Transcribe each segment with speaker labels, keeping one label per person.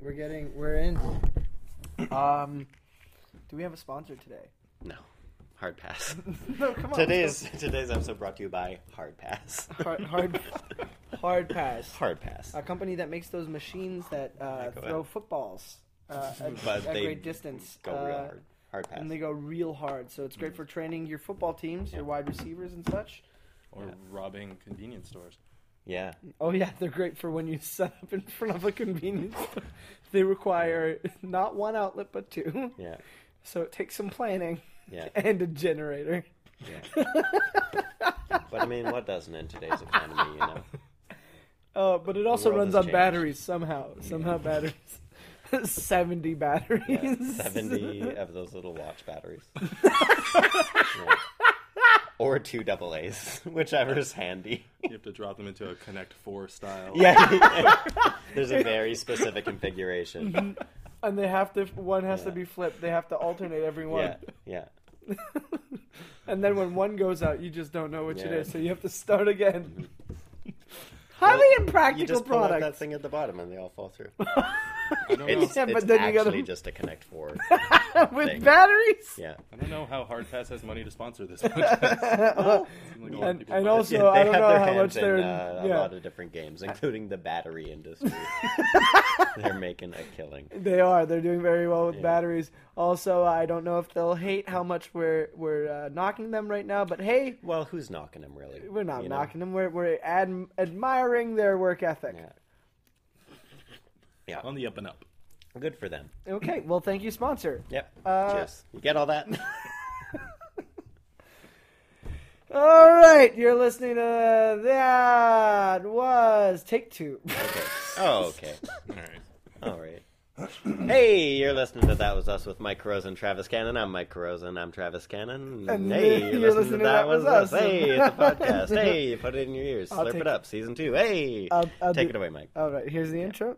Speaker 1: We're getting we're in. Um, do we have a sponsor today?
Speaker 2: No, hard pass.
Speaker 1: no, come on.
Speaker 2: today's today's episode brought to you by Hard Pass.
Speaker 1: Hard- hard- hard pass.
Speaker 2: Hard pass.
Speaker 1: a company that makes those machines that uh,
Speaker 2: Like what?
Speaker 1: throw footballs uh, at,
Speaker 2: But
Speaker 1: at
Speaker 2: they
Speaker 1: great distance.
Speaker 2: Go
Speaker 1: uh,
Speaker 2: real hard. Hard pass.
Speaker 1: And they go real hard, so it's great for training your football teams, your
Speaker 2: Yeah.
Speaker 1: wide receivers, and such.
Speaker 3: Or
Speaker 2: Yeah.
Speaker 3: robbing convenience stores.
Speaker 2: yeah.
Speaker 1: Oh yeah, they're great for when you set up in front of a convenience. store. they require not one outlet but two,
Speaker 2: Yeah.
Speaker 1: so it takes some planning
Speaker 2: Yeah.
Speaker 1: and a generator.
Speaker 2: Yeah. but I mean, what doesn't in today's economy, you know?
Speaker 1: Uh, but it also
Speaker 2: world
Speaker 1: runs
Speaker 2: has
Speaker 1: on
Speaker 2: changed.
Speaker 1: batteries somehow. Somehow batteries. 70 batteries.
Speaker 2: Yeah, 70 of those little watch batteries. Yeah. Or two double A's, whichever's handy.
Speaker 3: You have to drop them into a Connect Four style.
Speaker 2: Yeah. There's a very specific configuration.
Speaker 1: And they have to, one has to
Speaker 2: Yeah.
Speaker 1: be flipped. They have to alternate every
Speaker 2: Yeah.
Speaker 1: one.
Speaker 2: Yeah.
Speaker 1: And then when one goes out, you just don't know which it
Speaker 2: Yeah.
Speaker 1: is. So you have to start again. Highly
Speaker 2: Well,
Speaker 1: impractical
Speaker 2: You just pull
Speaker 1: product.
Speaker 2: out that thing at the bottom and they all fall through.
Speaker 3: I don't know.
Speaker 2: It's,
Speaker 1: Yeah, but
Speaker 2: it's
Speaker 1: then you
Speaker 2: actually
Speaker 1: gotta-
Speaker 2: just a Connect Four.
Speaker 1: With
Speaker 2: thing.
Speaker 1: batteries?
Speaker 2: Yeah.
Speaker 3: I don't know how Hard Pass has money to sponsor this podcast. Seems like a lot of
Speaker 1: And-
Speaker 3: people
Speaker 1: and
Speaker 3: buy it.
Speaker 1: also- So
Speaker 2: Yeah,
Speaker 1: I don't
Speaker 2: have
Speaker 1: know
Speaker 2: their
Speaker 1: how
Speaker 2: hands
Speaker 1: much
Speaker 2: in,
Speaker 1: they're-
Speaker 2: uh,
Speaker 1: yeah.
Speaker 2: a lot of different games, including the battery industry. they're making a killing.
Speaker 1: They are. They're doing very well with
Speaker 2: Yeah.
Speaker 1: batteries. Also, I don't know if they'll hate how much we're we're uh, knocking them right now, but hey,
Speaker 2: Well, who's knocking them really?
Speaker 1: we're not
Speaker 2: You know?
Speaker 1: knocking them. We're we're ad- admiring their work ethic.
Speaker 2: Yeah. Yeah.
Speaker 3: on the up and up.
Speaker 2: Good for them.
Speaker 1: Okay, well, thank you, sponsor.
Speaker 2: Yep.
Speaker 1: Uh,
Speaker 2: Cheers. You get all that?
Speaker 1: All right, you're listening to that was take two.
Speaker 2: okay. Oh, okay.
Speaker 3: All right.
Speaker 2: All right. Hey, you're listening to That Was Us with Mike Carozza and Travis Cannon. I'm Mike Carozza and I'm Travis Cannon.
Speaker 1: And
Speaker 2: hey,
Speaker 1: you're
Speaker 2: you're, listening, to That, Was Us. Hey, it's a podcast. hey, you put it in your ears.
Speaker 1: I'll
Speaker 2: Slurp
Speaker 1: take
Speaker 2: it up. Season two. Hey,
Speaker 1: I'll- I'll
Speaker 2: take
Speaker 1: do-
Speaker 2: it away, Mike.
Speaker 1: All right, here's the intro.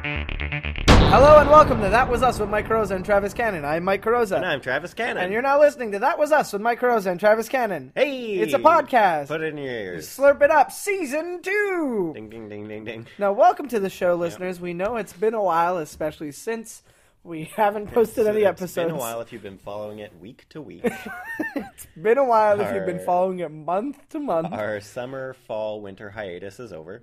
Speaker 1: Hello and welcome to That Was Us with Mike Carosa and Travis Cannon. I'm Mike Carosa,
Speaker 2: And I'm Travis Cannon.
Speaker 1: and you're now listening to That Was Us with Mike Carosa and Travis Cannon.
Speaker 2: Hey,
Speaker 1: It's a podcast.
Speaker 2: Put it in your ears.
Speaker 1: Slurp it up, season two.
Speaker 2: Ding, ding, ding, ding, ding.
Speaker 1: Now, welcome to the show, listeners. We know it's been a while, especially since we haven't posted any
Speaker 2: It's
Speaker 1: episodes.
Speaker 2: been a while if you've been following it week to week.
Speaker 1: Been a while if you've
Speaker 2: Our-
Speaker 1: been following it month to month.
Speaker 2: Our summer, fall, winter hiatus is over.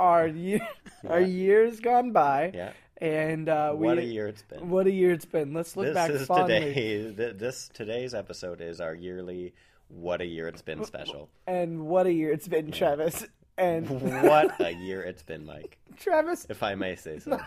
Speaker 1: Our year, our years gone by,
Speaker 2: Yeah.
Speaker 1: and uh, we.
Speaker 2: What a year it's been.
Speaker 1: What a year it's been. Let's look
Speaker 2: This
Speaker 1: back
Speaker 2: is
Speaker 1: fondly.
Speaker 2: today. th- This today's episode is our yearly "What a Year It's Been" special.
Speaker 1: And what a year it's been, Travis. And
Speaker 2: what a year it's been, Mike.
Speaker 1: Travis,
Speaker 2: If I may say so. Yeah,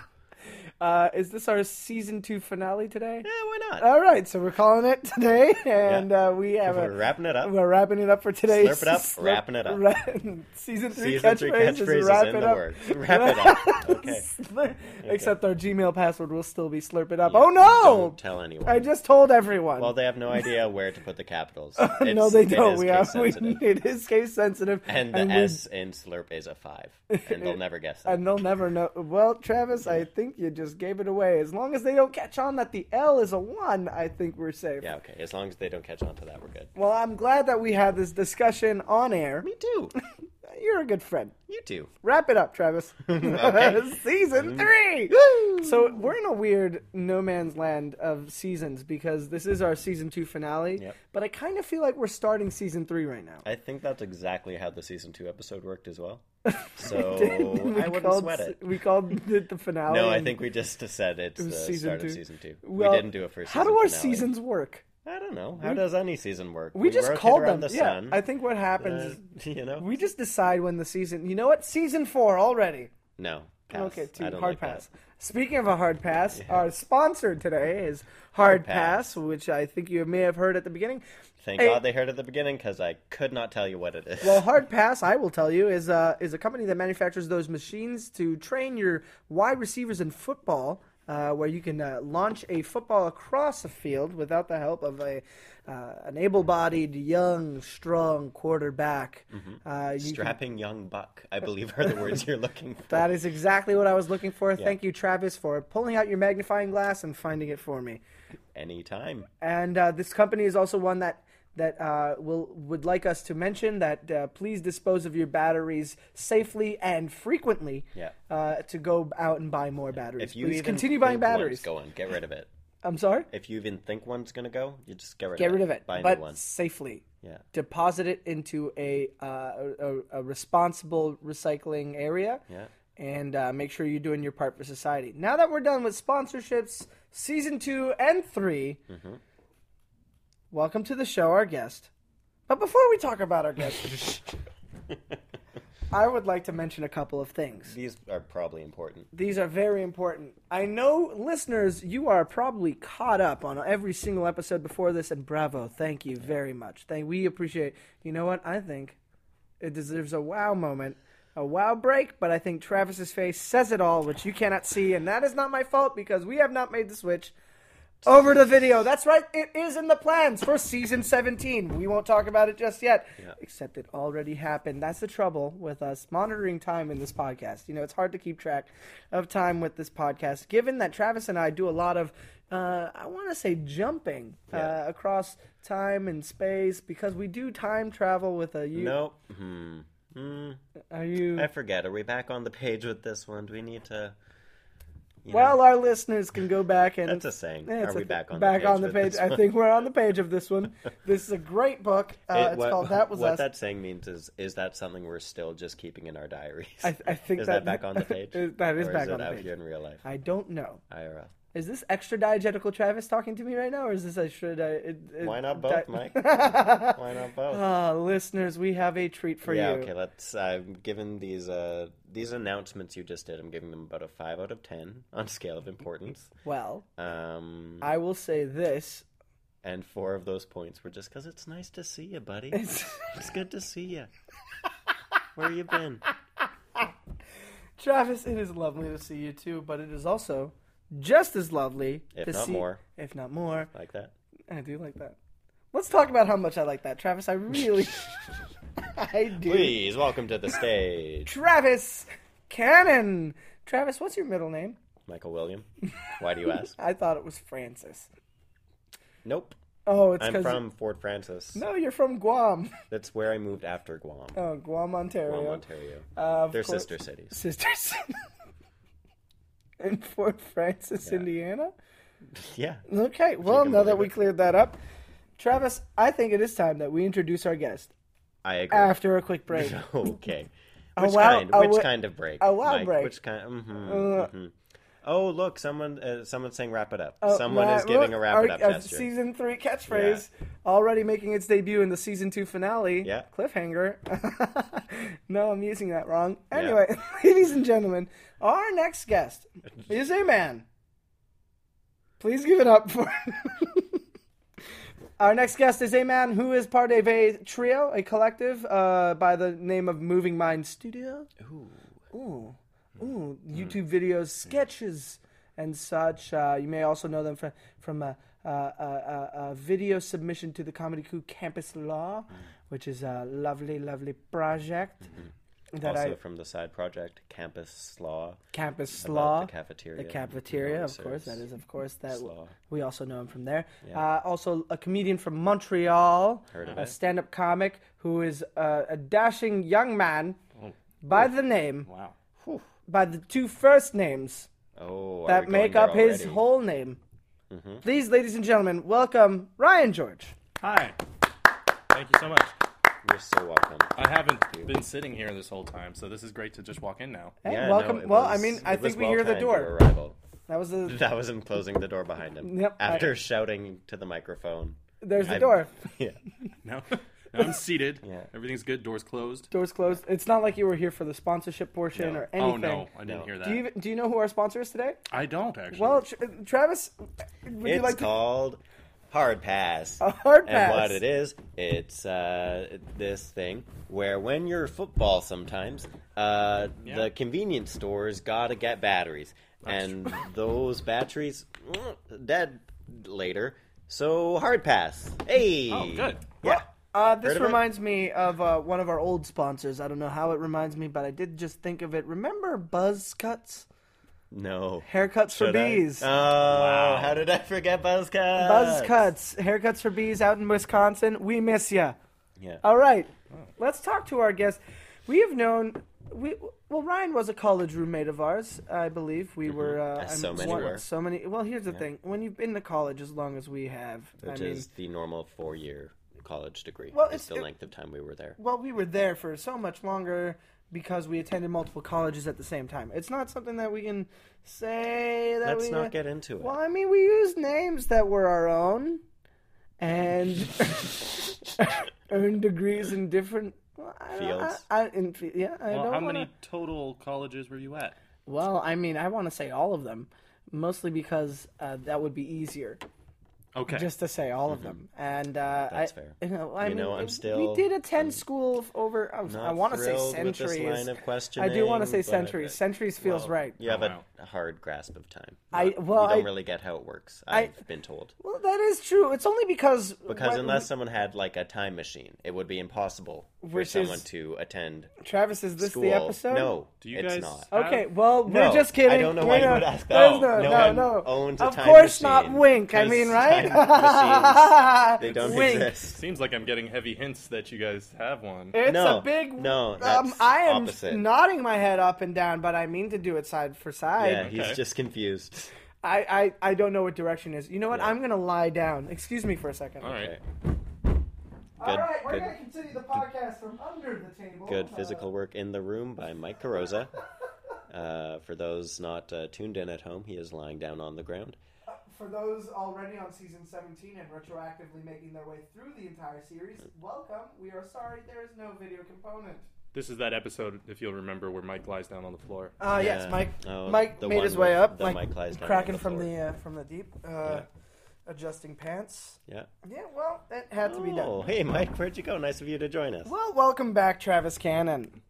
Speaker 1: uh, is this our season two finale today?
Speaker 2: why not?
Speaker 1: All right, so we're calling it today, and uh, we have
Speaker 2: We're
Speaker 1: a.
Speaker 2: wrapping it up.
Speaker 1: We're wrapping it up for today.
Speaker 2: Slurp it up, wrapping it up.
Speaker 1: Ra- season three
Speaker 2: Season three
Speaker 1: catchphrase
Speaker 2: catchphrases
Speaker 1: is wrap
Speaker 2: in
Speaker 1: it
Speaker 2: the
Speaker 1: up.
Speaker 2: works. Wrap it up. Okay.
Speaker 1: Slur- Except our Gmail password will still be slurp it up.
Speaker 2: Yeah,
Speaker 1: oh no!
Speaker 2: Don't tell anyone.
Speaker 1: I just told everyone.
Speaker 2: Well, they have no idea where to put the capitals.
Speaker 1: no,
Speaker 2: It's-
Speaker 1: they
Speaker 2: it
Speaker 1: don't.
Speaker 2: is
Speaker 1: We
Speaker 2: case
Speaker 1: have. We,
Speaker 2: sensitive.
Speaker 1: it is case sensitive.
Speaker 2: And the
Speaker 1: we-
Speaker 2: S in slurp is a five, and they'll never guess that.
Speaker 1: and they'll never know. Well, Travis, I think you just gave it away. As long as they don't catch on that the L is a one, I think we're safe.
Speaker 2: Yeah, okay. As long as they don't catch on to that, we're good.
Speaker 1: Well, I'm glad that we had this discussion on air.
Speaker 2: Me too.
Speaker 1: You're a good friend.
Speaker 2: You too.
Speaker 1: Wrap it up, Travis.
Speaker 2: Okay. Mm.
Speaker 1: Season three. So we're in a weird no man's land of seasons because this is our season two finale.
Speaker 2: Yep.
Speaker 1: But I kind of feel like we're starting season three right now.
Speaker 2: I think that's exactly how the season two episode worked as well. So Oh, I wouldn't
Speaker 1: called,
Speaker 2: sweat it.
Speaker 1: We called it the finale.
Speaker 2: No, I
Speaker 1: and-
Speaker 2: think we just said it's
Speaker 1: It
Speaker 2: the
Speaker 1: was season
Speaker 2: start
Speaker 1: two.
Speaker 2: of season two.
Speaker 1: Well,
Speaker 2: we didn't do it for season
Speaker 1: How do our
Speaker 2: finale.
Speaker 1: seasons work?
Speaker 2: I don't know. How does any season work?
Speaker 1: We, just
Speaker 2: rotate
Speaker 1: called them.
Speaker 2: around the
Speaker 1: yeah,
Speaker 2: sun.
Speaker 1: I think what happens.
Speaker 2: Uh,
Speaker 1: is
Speaker 2: you know?
Speaker 1: we just decide when the season. You know what? Season four already.
Speaker 2: No. Pass.
Speaker 1: Okay, two
Speaker 2: I don't
Speaker 1: hard
Speaker 2: like that.
Speaker 1: pass. Speaking of a hard pass, our sponsor today is Hard Pass,
Speaker 2: Pass.
Speaker 1: which I think you may have heard at the beginning.
Speaker 2: Thank
Speaker 1: Hey.
Speaker 2: God they heard at the beginning because I could not tell you what it is.
Speaker 1: Well, Hard Pass, I will tell you, is a is a company that manufactures those machines to train your wide receivers in football. uh, where you can uh, launch a football across a field without the help of a uh, an able-bodied, young, strong quarterback. Uh, you can-
Speaker 2: Strapping young buck, I believe, are the words you're looking for.
Speaker 1: that is exactly what I was looking for. Thank you, Travis, for pulling out your magnifying glass and finding it for me.
Speaker 2: Anytime.
Speaker 1: And uh, this company is also one that that uh, will would like us to mention that uh, please dispose of your batteries safely and frequently.
Speaker 2: Yeah.
Speaker 1: Uh, to go out and buy more batteries,
Speaker 2: If you
Speaker 1: please
Speaker 2: even
Speaker 1: continue buying
Speaker 2: think one's
Speaker 1: batteries.
Speaker 2: going, get rid of it.
Speaker 1: I'm sorry.
Speaker 2: If you even think one's gonna go, you just get rid
Speaker 1: Get
Speaker 2: of
Speaker 1: rid
Speaker 2: it.
Speaker 1: of it,
Speaker 2: Buy a
Speaker 1: but
Speaker 2: new one.
Speaker 1: safely.
Speaker 2: Yeah.
Speaker 1: Deposit it into a uh, a, a- a responsible recycling area.
Speaker 2: Yeah.
Speaker 1: And uh, make sure you're doing your part for society. Now that we're done with sponsorships, season two and 3 welcome to the show, our guest. But before we talk about our guest, I would like to mention a couple of things.
Speaker 2: These are probably important.
Speaker 1: These are very important. I know, listeners, you are probably caught up on every single episode before this, and bravo, thank you very much. Thank we appreciate. You know what? I think it deserves a wow moment, a wow break. But I think Travis's face says it all, which you cannot see, and that is not my fault because we have not made the switch over to video. That's right, it is in the plans for season 17. We won't talk about it just yet, except it already happened. That's the trouble with us monitoring time in this podcast. You know, it's hard to keep track of time with this podcast, given that Travis and I do a lot of, uh, I want to say, jumping uh, across time and space because we do time travel with a you.
Speaker 2: No. Hmm. Hmm.
Speaker 1: Are you?
Speaker 2: I forget. Are we back on the page with this one? Do we need to? you know,
Speaker 1: well, our listeners can go back and
Speaker 2: that's a saying.
Speaker 1: Yeah,
Speaker 2: Are
Speaker 1: it's
Speaker 2: we
Speaker 1: a-
Speaker 2: back on
Speaker 1: back
Speaker 2: the page?
Speaker 1: on the
Speaker 2: with
Speaker 1: page?
Speaker 2: this
Speaker 1: I
Speaker 2: one?
Speaker 1: think we're on the page of this one. this is a great book. Uh,
Speaker 2: It-
Speaker 1: it's
Speaker 2: what,
Speaker 1: called That Was
Speaker 2: what
Speaker 1: Us.
Speaker 2: that saying means is is that something we're still just keeping in our diaries?
Speaker 1: I- I think
Speaker 2: is
Speaker 1: that-
Speaker 2: that, back on the page.
Speaker 1: It- that is
Speaker 2: Or
Speaker 1: back
Speaker 2: is it
Speaker 1: on the
Speaker 2: out
Speaker 1: page.
Speaker 2: here in real life.
Speaker 1: I don't know.
Speaker 2: IRL.
Speaker 1: Is this extra diegetical Travis talking to me right now, or is this extra? Di- it, it-
Speaker 2: Why not
Speaker 1: di-
Speaker 2: both, Mike? Why not both?
Speaker 1: Ah, listeners, we have a treat for
Speaker 2: yeah.
Speaker 1: you.
Speaker 2: Okay. Let's. I'm giving these uh these announcements you just did. I'm giving them about a five out of ten on a scale of importance.
Speaker 1: Well,
Speaker 2: Um,
Speaker 1: I will say this.
Speaker 2: and four of those points were just because it's nice to see you, buddy. it's good to see you. Where you been?
Speaker 1: Travis, it is lovely to see you too, but it is also just as lovely
Speaker 2: If
Speaker 1: to
Speaker 2: not
Speaker 1: see,
Speaker 2: more.
Speaker 1: if not more.
Speaker 2: Like that.
Speaker 1: I do like that. Let's talk about how much I like that, Travis. I really, I do.
Speaker 2: Please welcome to the stage,
Speaker 1: Travis Cannon. Travis, what's your middle name?
Speaker 2: Michael William. Why do you ask?
Speaker 1: I thought it was Francis.
Speaker 2: Nope.
Speaker 1: Oh, it's
Speaker 2: I'm
Speaker 1: because
Speaker 2: from Fort Francis.
Speaker 1: no, you're from Guam.
Speaker 2: That's where I moved after Guam.
Speaker 1: Oh, Guam, Ontario.
Speaker 2: Guam, Ontario.
Speaker 1: Uh, of
Speaker 2: They're
Speaker 1: course-
Speaker 2: sister cities.
Speaker 1: Sisters. In Fort Francis, Indiana.
Speaker 2: Yeah.
Speaker 1: Okay, well,
Speaker 2: can
Speaker 1: now that
Speaker 2: believe
Speaker 1: we
Speaker 2: it.
Speaker 1: cleared that up, Travis, I think it is time that we introduce our guest
Speaker 2: I agree.
Speaker 1: after a quick break.
Speaker 2: okay.
Speaker 1: Uh, A
Speaker 2: Which
Speaker 1: wow-
Speaker 2: kind?
Speaker 1: a
Speaker 2: Which
Speaker 1: wi-
Speaker 2: kind of break?
Speaker 1: a wow
Speaker 2: Mike?
Speaker 1: break. Uh,
Speaker 2: Which kind? Mm-hmm, hmm Oh, look! Someone, uh, someone's saying "wrap it up."
Speaker 1: Oh,
Speaker 2: Someone
Speaker 1: right,
Speaker 2: is
Speaker 1: look,
Speaker 2: giving a wrap
Speaker 1: our-
Speaker 2: it up
Speaker 1: our
Speaker 2: gesture.
Speaker 1: Season three catchphrase already making its debut in the season two finale.
Speaker 2: Yeah.
Speaker 1: Cliffhanger. no, I'm using that wrong. Anyway, ladies and gentlemen, our next guest is a man. Please give it up for. Our next guest is a man who is part of a trio, a collective uh, by the name of Moving Mind Studio. Ooh,
Speaker 2: Hmm.
Speaker 1: ooh, YouTube videos, sketches, and such. Uh, you may also know them from from a, uh, a, a, a video submission to the Comedy Coup Campus Law,
Speaker 2: Hmm.
Speaker 1: which is a lovely, lovely project that
Speaker 2: Mm-hmm. also
Speaker 1: I
Speaker 2: from the side project, Campus Slaw.
Speaker 1: Campus
Speaker 2: about
Speaker 1: Slaw.
Speaker 2: the cafeteria.
Speaker 1: The cafeteria, of course. That
Speaker 2: Service.
Speaker 1: is, of course, that
Speaker 2: Slaw.
Speaker 1: we also know him from there. Uh, also, a comedian from Montreal,
Speaker 2: Heard of
Speaker 1: a
Speaker 2: it.
Speaker 1: stand-up comic who is uh, a dashing young man
Speaker 2: Oh.
Speaker 1: by the name,
Speaker 3: Wow.
Speaker 1: by the two first names
Speaker 2: Oh, are
Speaker 1: that
Speaker 2: we going
Speaker 1: make
Speaker 2: there
Speaker 1: up his
Speaker 2: already? Mm-hmm.
Speaker 1: whole name. Please, ladies and gentlemen, welcome Ryan George.
Speaker 3: Hi. Thank you so much.
Speaker 2: You're so welcome.
Speaker 3: I haven't been sitting here this whole time, so this is great to just walk in now.
Speaker 1: Hey,
Speaker 2: Yeah, no,
Speaker 1: welcome.
Speaker 2: it
Speaker 1: well, I
Speaker 2: was-
Speaker 1: mean, I
Speaker 2: it was
Speaker 1: think we
Speaker 2: well
Speaker 1: hear the
Speaker 2: timed, your
Speaker 1: door.
Speaker 2: arrival.
Speaker 1: That was the.
Speaker 2: That was him closing the door behind him.
Speaker 1: Yep, I-
Speaker 2: After shouting to the microphone.
Speaker 1: There's the
Speaker 2: I-
Speaker 1: door.
Speaker 2: Yeah.
Speaker 3: Now, now I'm seated.
Speaker 2: Yeah.
Speaker 3: Everything's good. Doors closed.
Speaker 1: Doors closed. It's not like you were here for the sponsorship portion or anything.
Speaker 3: Oh no, I didn't
Speaker 2: No.
Speaker 3: hear that.
Speaker 1: Do you even- do you know who our sponsor is today?
Speaker 3: I don't actually.
Speaker 1: Well, Tr- Travis, would you
Speaker 2: It's
Speaker 1: like to?
Speaker 2: called Hard Pass.
Speaker 1: hard
Speaker 2: And
Speaker 1: pass.
Speaker 2: what it is, it's uh, this thing where when you're football sometimes, uh,
Speaker 3: Yeah.
Speaker 2: the convenience stores gotta get batteries. and those batteries mm, dead later. So hard pass. Hey.
Speaker 3: Oh, good.
Speaker 2: Yeah.
Speaker 1: Uh, this
Speaker 2: Heard of it?
Speaker 1: reminds me of uh, one of our old sponsors. I don't know how it reminds me, but I did just think of it. Remember buzz cuts?
Speaker 2: No.
Speaker 1: Haircuts for
Speaker 2: Should I?
Speaker 1: bees.
Speaker 2: Oh, how did I forget Buzzcut?
Speaker 1: buzz cuts. Haircuts for bees out in Wisconsin. We miss ya.
Speaker 2: Yeah.
Speaker 1: All right. Let's talk to our guest. We have known. We, well, Ryan was a college roommate of ours, I believe.
Speaker 3: Mm-hmm.
Speaker 1: We were. Uh,
Speaker 2: As so
Speaker 1: I'm-
Speaker 2: many
Speaker 1: one-
Speaker 2: were.
Speaker 1: So many. Well, here's the thing: when you've been to college as long as we have,
Speaker 2: Which
Speaker 1: I mean,
Speaker 2: is the normal four-year college degree.
Speaker 1: Well,
Speaker 2: Well, it's
Speaker 1: it's-
Speaker 2: the
Speaker 1: it-
Speaker 2: length of time we were there.
Speaker 1: well, we were there for so much longer because we attended multiple colleges at the same time. It's not something that we can say that
Speaker 2: Let's
Speaker 1: we. uh,
Speaker 2: not get into it.
Speaker 1: Well, I mean, we used names that were our own, and earned degrees in different well, I don't- I-
Speaker 2: Fields.
Speaker 1: I, in, fe- yeah, I
Speaker 3: Well,
Speaker 1: don't.
Speaker 3: how
Speaker 1: wanna-
Speaker 3: many total colleges were you at?
Speaker 1: Well, I mean, I want to say all of them, mostly because uh, that would be easier
Speaker 3: Okay.
Speaker 1: just to say all of them. And uh,
Speaker 2: Mm-hmm. That's
Speaker 1: I,
Speaker 2: fair.
Speaker 1: You know, I
Speaker 2: You
Speaker 1: mean,
Speaker 2: know, I'm
Speaker 1: it-
Speaker 2: still-
Speaker 1: we did attend school f- over. I, was- I
Speaker 2: Not
Speaker 1: want to say
Speaker 2: thrilled with this
Speaker 1: centuries.
Speaker 2: line of
Speaker 1: I do want to say
Speaker 2: questioning, but- uh,
Speaker 1: centuries. Centuries feels right.
Speaker 2: You have
Speaker 3: Oh,
Speaker 2: a
Speaker 3: wow.
Speaker 2: a hard grasp of time.
Speaker 1: I-
Speaker 2: Not-
Speaker 1: well,
Speaker 2: you don't
Speaker 1: I-
Speaker 2: really get how it works. I've been told
Speaker 1: Well, that is true. It's only because
Speaker 2: because
Speaker 1: when-
Speaker 2: unless someone had like a time machine, it would be impossible for
Speaker 1: Which is-
Speaker 2: someone to attend
Speaker 1: Travis is this
Speaker 2: school.
Speaker 1: the episode? Uh,
Speaker 2: No,
Speaker 3: Do you
Speaker 2: it's
Speaker 3: guys-
Speaker 2: not.
Speaker 1: Okay,
Speaker 3: Um,
Speaker 1: well,
Speaker 2: No,
Speaker 1: we're just kidding.
Speaker 2: I don't know
Speaker 1: We're
Speaker 2: why you
Speaker 1: not-
Speaker 2: would ask
Speaker 1: there's
Speaker 2: that.
Speaker 1: No,
Speaker 2: No
Speaker 1: no,
Speaker 2: one
Speaker 1: no.
Speaker 2: owns a
Speaker 1: Of
Speaker 2: time
Speaker 1: course not
Speaker 2: machine,
Speaker 1: wink. I
Speaker 2: 'cause
Speaker 1: mean,
Speaker 2: time
Speaker 1: right?
Speaker 2: They don't
Speaker 1: wink.
Speaker 2: exist.
Speaker 3: Seems like I'm getting heavy hints that you guys have one.
Speaker 1: It's
Speaker 2: No,
Speaker 1: a big
Speaker 2: no,
Speaker 1: Um,
Speaker 2: that's
Speaker 1: I am
Speaker 2: opposite.
Speaker 1: nodding my head up and down, but I mean to do it side for side.
Speaker 2: Yeah,
Speaker 3: Okay.
Speaker 2: he's just confused.
Speaker 1: I, I I don't know what direction is. You know what? I'm gonna lie down. Excuse me for a second.
Speaker 3: All right.
Speaker 2: Okay.
Speaker 1: All
Speaker 2: Good-
Speaker 1: right, we're
Speaker 2: good-
Speaker 1: gonna continue the podcast from under the table.
Speaker 2: Good
Speaker 1: Uh,
Speaker 2: Physical Work in the Room by Mike Carosa. Uh, for those not uh, tuned in at home, he is lying down on the ground.
Speaker 1: for those already on season 17 and retroactively making their way through the entire series, welcome. We are sorry there is no video component.
Speaker 3: This is that episode, if you'll remember, where Mike lies down on the floor.
Speaker 1: Uh, yes,
Speaker 2: Yeah.
Speaker 1: Mike.
Speaker 2: Oh,
Speaker 1: Mike
Speaker 2: the
Speaker 1: made
Speaker 2: one
Speaker 1: his way
Speaker 2: with
Speaker 1: up.
Speaker 2: the
Speaker 1: Mike,
Speaker 2: Mike lies down on
Speaker 1: cracking
Speaker 2: the
Speaker 1: from
Speaker 2: floor.
Speaker 1: the uh, from the deep, uh,
Speaker 2: Yeah.
Speaker 1: adjusting pants.
Speaker 2: Yeah.
Speaker 1: Yeah, well, it had to be done.
Speaker 2: Oh, hey, Mike, where'd you go? Nice of you to join us.
Speaker 1: Well, welcome back, Travis Cannon.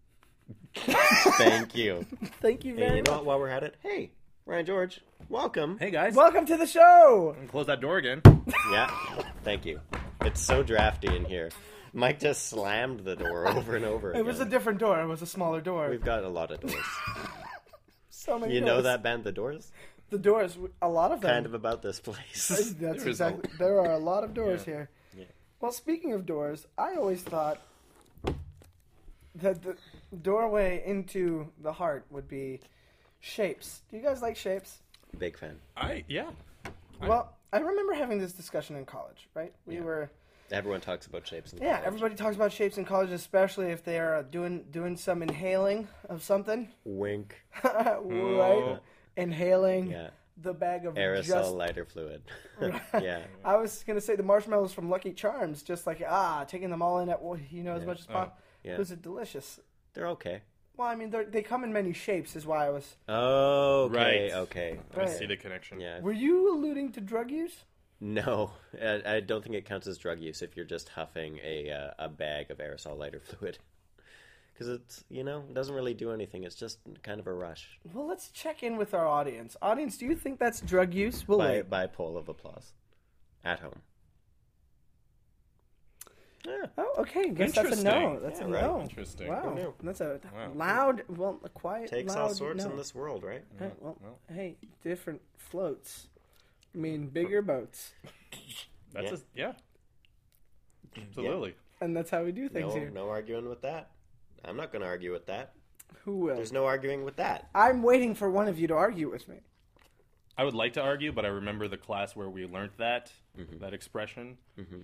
Speaker 2: Thank you.
Speaker 1: Thank you
Speaker 2: and
Speaker 1: very
Speaker 2: you know
Speaker 1: much.
Speaker 2: what, while we're at it, hey, Ryan George, welcome.
Speaker 3: Hey guys.
Speaker 1: Welcome to the show.
Speaker 3: Close that door again.
Speaker 2: Yeah, thank you. It's so drafty in here. Mike just slammed the door over and over again.
Speaker 1: It was a different door. It was a smaller door.
Speaker 2: We've got a lot of doors.
Speaker 1: so many.
Speaker 2: You know
Speaker 1: doors.
Speaker 2: that band, The Doors?
Speaker 1: the doors, a lot of them.
Speaker 2: Kind of about this place.
Speaker 1: That's
Speaker 3: There is a-
Speaker 1: exactly. There are a lot of doors
Speaker 3: Yeah.
Speaker 1: here. Well, speaking of doors, I always thought that the doorway into the heart would be shapes. Do you guys like shapes?
Speaker 2: Big fan.
Speaker 3: I yeah. I-
Speaker 1: Well, I remember having this discussion in college, right? We
Speaker 2: Yeah.
Speaker 1: were
Speaker 2: Everyone talks about shapes. And
Speaker 1: yeah, everybody talks about shapes in college, especially if they are doing doing some inhaling of something,
Speaker 2: Wink.
Speaker 1: right? Inhaling
Speaker 2: Mm. Yeah.
Speaker 1: the bag of
Speaker 2: Aerosol
Speaker 1: just
Speaker 2: lighter fluid. yeah.
Speaker 1: I was gonna say the marshmallows from Lucky Charms, just like ah, taking them all in at well, you know as
Speaker 2: Yeah.
Speaker 1: much as
Speaker 3: Oh,
Speaker 1: possible.
Speaker 2: yeah.
Speaker 1: Those are delicious.
Speaker 2: They're okay.
Speaker 1: Well, I mean they're- they come in many shapes, is why I was.
Speaker 2: Oh, okay,
Speaker 3: Right.
Speaker 2: okay.
Speaker 3: I
Speaker 1: Right.
Speaker 3: see the connection.
Speaker 2: Yeah.
Speaker 1: Were you alluding to drug use?
Speaker 2: No, I, I don't think it counts as drug use if you're just huffing a uh, a bag of aerosol lighter fluid, because it's you know it doesn't really do anything. It's just kind of a rush.
Speaker 1: Well, let's check in with our audience. Audience, do you think that's drug use? We'll
Speaker 2: By
Speaker 1: wait.
Speaker 2: by poll of applause, at home. Yeah.
Speaker 1: Oh, okay. Guess that's a no.
Speaker 3: Interesting.
Speaker 1: That's a
Speaker 2: Yeah, right.
Speaker 1: no.
Speaker 3: Interesting.
Speaker 1: Wow.
Speaker 2: Who knew?
Speaker 1: That's a
Speaker 3: Wow.
Speaker 1: loud, well, a quiet,
Speaker 2: Takes
Speaker 1: loud
Speaker 2: all sorts
Speaker 1: no.
Speaker 2: in this world, right?
Speaker 1: Hey, well, hey, different floats mean bigger boats,
Speaker 3: That's a yeah. Absolutely.
Speaker 1: and that's how we do things
Speaker 2: No,
Speaker 1: here.
Speaker 2: no arguing with that. I'm not going to argue with that.
Speaker 1: Who will?
Speaker 2: There's no arguing with that.
Speaker 1: I'm waiting for one of you to argue with me.
Speaker 3: I would like to argue, but I remember the class where we learned that that expression,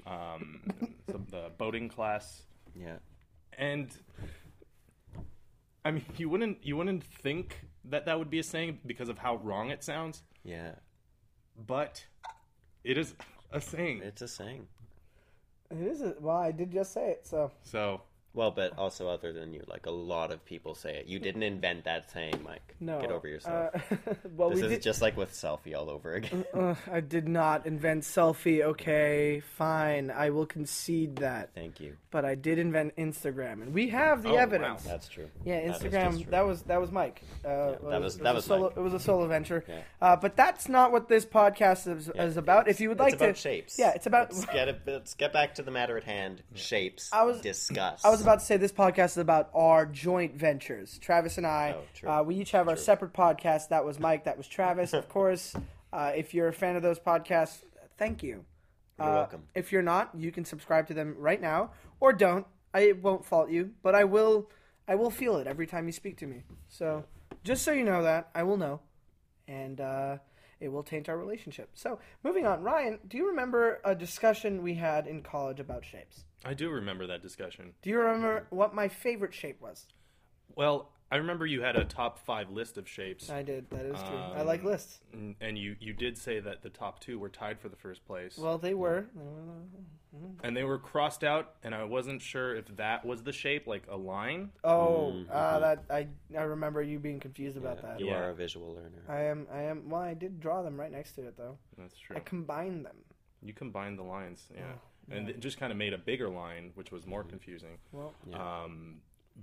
Speaker 3: um, some, the boating class,
Speaker 2: Yeah.
Speaker 3: and I mean, you wouldn't you wouldn't think that that would be a saying because of how wrong it sounds,
Speaker 2: Yeah.
Speaker 3: but it is a saying.
Speaker 2: It's a saying.
Speaker 1: It is. A, well, I did just say it, so
Speaker 3: So
Speaker 2: Well, but also other than you, like a lot of people say it. You didn't invent that saying, Mike.
Speaker 1: No.
Speaker 2: Get over yourself.
Speaker 1: Uh, well,
Speaker 2: this
Speaker 1: we
Speaker 2: is
Speaker 1: did,
Speaker 2: just like with selfie all over again.
Speaker 1: Ugh, I did not invent selfie. Okay, fine. I will concede that.
Speaker 2: Thank you.
Speaker 1: But I did invent Instagram, and we have the
Speaker 3: Oh, wow.
Speaker 1: evidence.
Speaker 2: That's true.
Speaker 1: Yeah,
Speaker 2: That is
Speaker 1: Instagram.
Speaker 2: just true.
Speaker 1: That was that was Mike. Uh,
Speaker 2: that
Speaker 1: it
Speaker 2: was-
Speaker 1: it
Speaker 2: that
Speaker 1: a
Speaker 2: was
Speaker 1: solo,
Speaker 2: Mike.
Speaker 1: It was a solo venture.
Speaker 2: Yeah.
Speaker 1: Uh, but that's not what this podcast is,
Speaker 2: Yeah,
Speaker 1: is about.
Speaker 2: it's-
Speaker 1: If you would
Speaker 2: it's
Speaker 1: like
Speaker 2: about
Speaker 1: to,
Speaker 2: shapes.
Speaker 1: yeah, it's about.
Speaker 2: Let's get a, let's get back to the matter at hand. Shapes.
Speaker 1: I was-
Speaker 2: discuss.
Speaker 1: I was about to say this podcast is about our joint ventures. Travis and I,
Speaker 2: Oh, true.
Speaker 1: uh, we each have our
Speaker 2: True.
Speaker 1: separate podcasts. That was Mike. That was Travis. of course, uh, if you're a fan of those podcasts, thank you.
Speaker 2: You're
Speaker 1: Uh,
Speaker 2: welcome.
Speaker 1: If you're not, you can subscribe to them right now or don't. I won't fault you, but I will. I will feel it every time you speak to me. So just so you know that I will know, and uh, it will taint our relationship. So moving on, Ryan, do you remember a discussion we had in college about shapes?
Speaker 3: I do remember that discussion.
Speaker 1: Do you remember what my favorite shape was?
Speaker 3: Well, I remember you had a top five list of shapes,
Speaker 1: I did. That is true. I
Speaker 3: Um,
Speaker 1: like lists.
Speaker 3: and, and you you did say that the top two were tied for the first place,
Speaker 1: Well, they were.
Speaker 3: and they were crossed out, and I wasn't sure if that was the shape, like a line.
Speaker 1: Oh, uh, that I I remember you being confused about that.
Speaker 2: You
Speaker 3: Mm-hmm. Yeah.
Speaker 2: are a visual learner.
Speaker 1: I am. I am. Well, I did draw them right next to it though.
Speaker 3: That's
Speaker 1: I
Speaker 3: true.
Speaker 1: combined them.
Speaker 3: You combined the lines, yeah,
Speaker 1: Oh,
Speaker 3: and it just kind of made a bigger line, which was
Speaker 1: Mm-hmm.
Speaker 3: more confusing.
Speaker 1: Well,
Speaker 3: Um,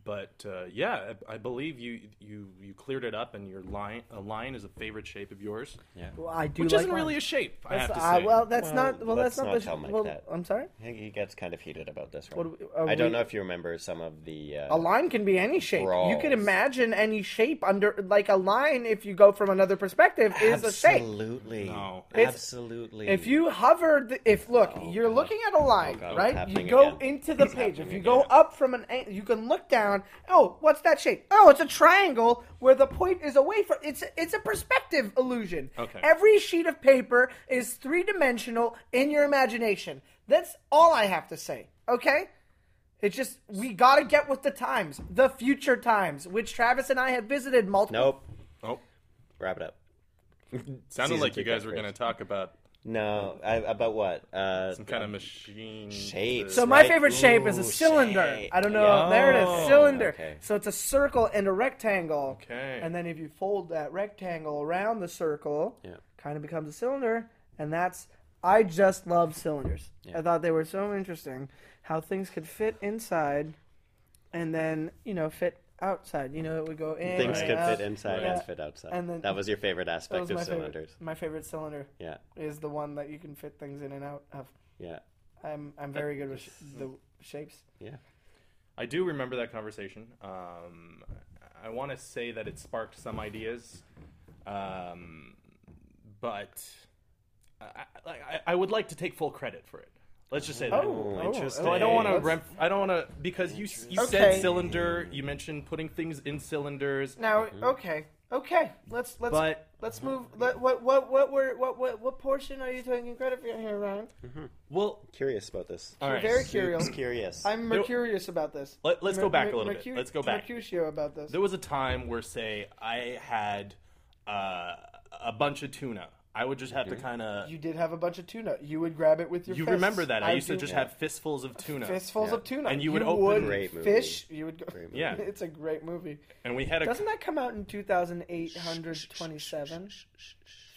Speaker 3: but uh, yeah, I, I believe you you you cleared it up, and your line a line is a favorite shape of yours,
Speaker 2: yeah.
Speaker 1: well I do
Speaker 3: which
Speaker 1: like
Speaker 3: isn't
Speaker 1: mine.
Speaker 3: really a shape. I
Speaker 1: That's-
Speaker 3: have to
Speaker 1: uh,
Speaker 3: say.
Speaker 1: well, that's
Speaker 2: Well,
Speaker 1: not. Well,
Speaker 2: let's
Speaker 1: that's not, the.
Speaker 2: not tell Mike
Speaker 1: well,
Speaker 2: that.
Speaker 1: I'm sorry.
Speaker 2: I think he gets kind of heated about this
Speaker 1: What
Speaker 2: one.
Speaker 1: do we- uh,
Speaker 2: I don't
Speaker 1: we-
Speaker 2: know if you remember some of the. Uh,
Speaker 1: A line can be any shape. You can
Speaker 2: Brawls.
Speaker 1: imagine any shape under, like a line. If you go from another perspective, is a shape.
Speaker 2: Absolutely.
Speaker 3: No.
Speaker 1: If-
Speaker 2: Absolutely.
Speaker 1: If you hover, the, if look, you're
Speaker 2: God.
Speaker 1: looking at a line,
Speaker 2: Oh, God, it's
Speaker 1: right? You
Speaker 2: happening
Speaker 1: go
Speaker 2: again.
Speaker 1: into the
Speaker 2: It's
Speaker 1: page. If
Speaker 2: happening
Speaker 1: you go
Speaker 2: again.
Speaker 1: up from an angle, you can look down. Oh, what's that shape? Oh, it's a triangle where the point is away from. It's it's a perspective illusion.
Speaker 3: Okay.
Speaker 1: Every sheet of paper is three dimensional in your imagination. That's all I have to say. Okay. It's just we gotta get with the times, the future times, which Travis and I have visited multiple.
Speaker 2: Nope.
Speaker 3: oh,
Speaker 2: Wrap it up.
Speaker 3: sounded
Speaker 2: Season
Speaker 3: like
Speaker 2: two
Speaker 3: you guys
Speaker 2: got
Speaker 3: were
Speaker 2: rich.
Speaker 3: going to talk about
Speaker 2: No. I, about what? Uh,
Speaker 3: some kind of machine
Speaker 2: shapes.
Speaker 1: So my
Speaker 2: right?
Speaker 1: favorite shape is a
Speaker 2: Ooh,
Speaker 1: cylinder.
Speaker 2: shape.
Speaker 1: I don't know.
Speaker 2: Yeah.
Speaker 1: There it is,
Speaker 3: Oh,
Speaker 1: cylinder.
Speaker 2: okay.
Speaker 1: So it's a circle and a rectangle.
Speaker 3: Okay.
Speaker 1: And then if you fold that rectangle around the circle,
Speaker 2: Yeah.
Speaker 1: kind of becomes a cylinder. And that's I just love cylinders.
Speaker 2: Yeah.
Speaker 1: I thought they were so interesting how things could fit inside, and then you know fit outside. You know it would go in.
Speaker 2: Things
Speaker 1: and
Speaker 2: could
Speaker 1: out.
Speaker 2: fit inside
Speaker 1: Yeah.
Speaker 2: and fit outside.
Speaker 1: And then-
Speaker 2: that was your favorite
Speaker 1: That
Speaker 2: aspect
Speaker 1: was
Speaker 2: of
Speaker 1: my
Speaker 2: cylinders.
Speaker 1: favorite. My favorite cylinder
Speaker 2: Yeah.
Speaker 1: is the one that you can fit things in and out of.
Speaker 2: Yeah.
Speaker 1: I'm I'm very good with sh- the shapes.
Speaker 2: Yeah.
Speaker 3: I do remember that conversation. Um, I want to say that it sparked some ideas, um, but I, I, I- I would like to take full credit for it. Let's just say that.
Speaker 1: Oh,
Speaker 2: Oh, interesting.
Speaker 3: So I don't want to.
Speaker 1: Let's-
Speaker 3: Rem- I don't want to because you s- you
Speaker 1: Okay.
Speaker 3: said cylinder. You mentioned putting things in cylinders.
Speaker 1: Now, okay, okay, let's let's
Speaker 3: But-
Speaker 1: let's move. Let, what what what were what what what portion are you taking credit for here, Ryan?
Speaker 3: Well,
Speaker 2: Curious about this.
Speaker 3: all right.
Speaker 1: Very
Speaker 2: It's
Speaker 1: curious.
Speaker 2: curious.
Speaker 1: I'm
Speaker 3: There-
Speaker 1: mercurious about this.
Speaker 3: Let- let's go back a little bit.
Speaker 1: mercu-
Speaker 3: Let's go back.
Speaker 1: Mercutio about this.
Speaker 3: There was a time where, say, I had uh, a bunch of tuna. I would just have to kind of.
Speaker 1: You did have a bunch of tuna. You would grab it with your.
Speaker 3: You
Speaker 1: fists.
Speaker 3: remember that? I, used to
Speaker 1: do-
Speaker 3: just have fistfuls of tuna.
Speaker 1: fistfuls
Speaker 2: Yeah.
Speaker 1: of tuna,
Speaker 3: And you would open-
Speaker 2: Great movie.
Speaker 1: fish. You would go.
Speaker 2: Great movie.
Speaker 3: Yeah.
Speaker 1: it's a great movie.
Speaker 3: And we had a
Speaker 1: Doesn't that come out in two thousand eight hundred twenty-seven?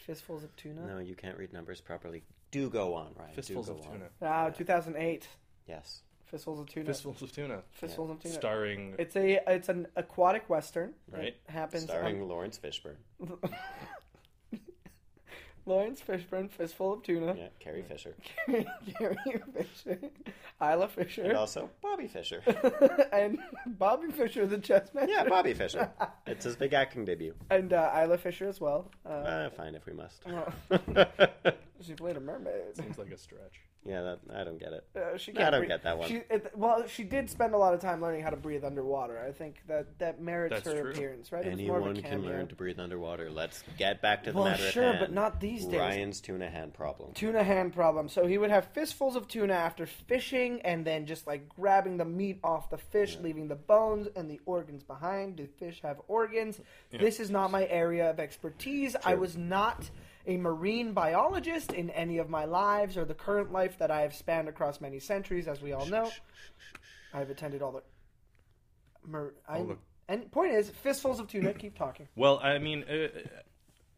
Speaker 1: Fistfuls of tuna.
Speaker 2: No, you can't read numbers properly. Do go on, Ryan.
Speaker 3: fistfuls
Speaker 2: Do
Speaker 3: of
Speaker 2: go on.
Speaker 3: tuna.
Speaker 1: Ah, two thousand eight.
Speaker 2: Yes.
Speaker 1: Fistfuls of tuna.
Speaker 3: Fistfuls of tuna.
Speaker 1: Fistfuls of tuna.
Speaker 3: Starring
Speaker 1: It's a it's an aquatic western.
Speaker 3: Right.
Speaker 1: It happens.
Speaker 2: Starring
Speaker 1: on-
Speaker 2: Lawrence Fishburne.
Speaker 1: Lawrence Fishburne, fistful of tuna.
Speaker 2: Yeah, Carrie Fisher.
Speaker 1: Gary Fisher, Isla Fisher,
Speaker 2: And
Speaker 1: and,
Speaker 2: also Bobby Fisher.
Speaker 1: Bobby Fisher, the chess man.
Speaker 2: Yeah, Bobby Fisher. It's his big acting debut.
Speaker 1: and uh, Isla Fisher as well. Uh,
Speaker 2: Uh, fine if we must.
Speaker 1: well, she played a mermaid.
Speaker 3: seems like a stretch.
Speaker 2: yeah, that, I don't get it.
Speaker 1: Uh, she
Speaker 2: I
Speaker 1: can't
Speaker 2: don't
Speaker 1: breathe.
Speaker 2: get that one.
Speaker 1: She, it, well, she did spend a lot of time learning how to breathe underwater. I think that that merits
Speaker 3: That's
Speaker 1: her
Speaker 3: true.
Speaker 1: appearance, right? It was more of a
Speaker 2: Anyone can
Speaker 1: cameo.
Speaker 2: learn to breathe underwater. Let's get back to the
Speaker 1: Well,
Speaker 2: matter at
Speaker 1: sure,
Speaker 2: hand.
Speaker 1: but not these days.
Speaker 2: Ryan's tuna hand problem.
Speaker 1: tuna hand problem. So he would have fistfuls of tuna after fishing and then just like grabbing the meat off the fish, leaving the bones and the organs behind. Do fish have organs? This is not my area of expertise. I was not a marine biologist in any of my lives or the current life that I have spanned across many centuries, as we all know. I've attended all the Mer- I'm, and point is, fistfuls of tuna. Keep talking.
Speaker 3: Well, I mean, uh,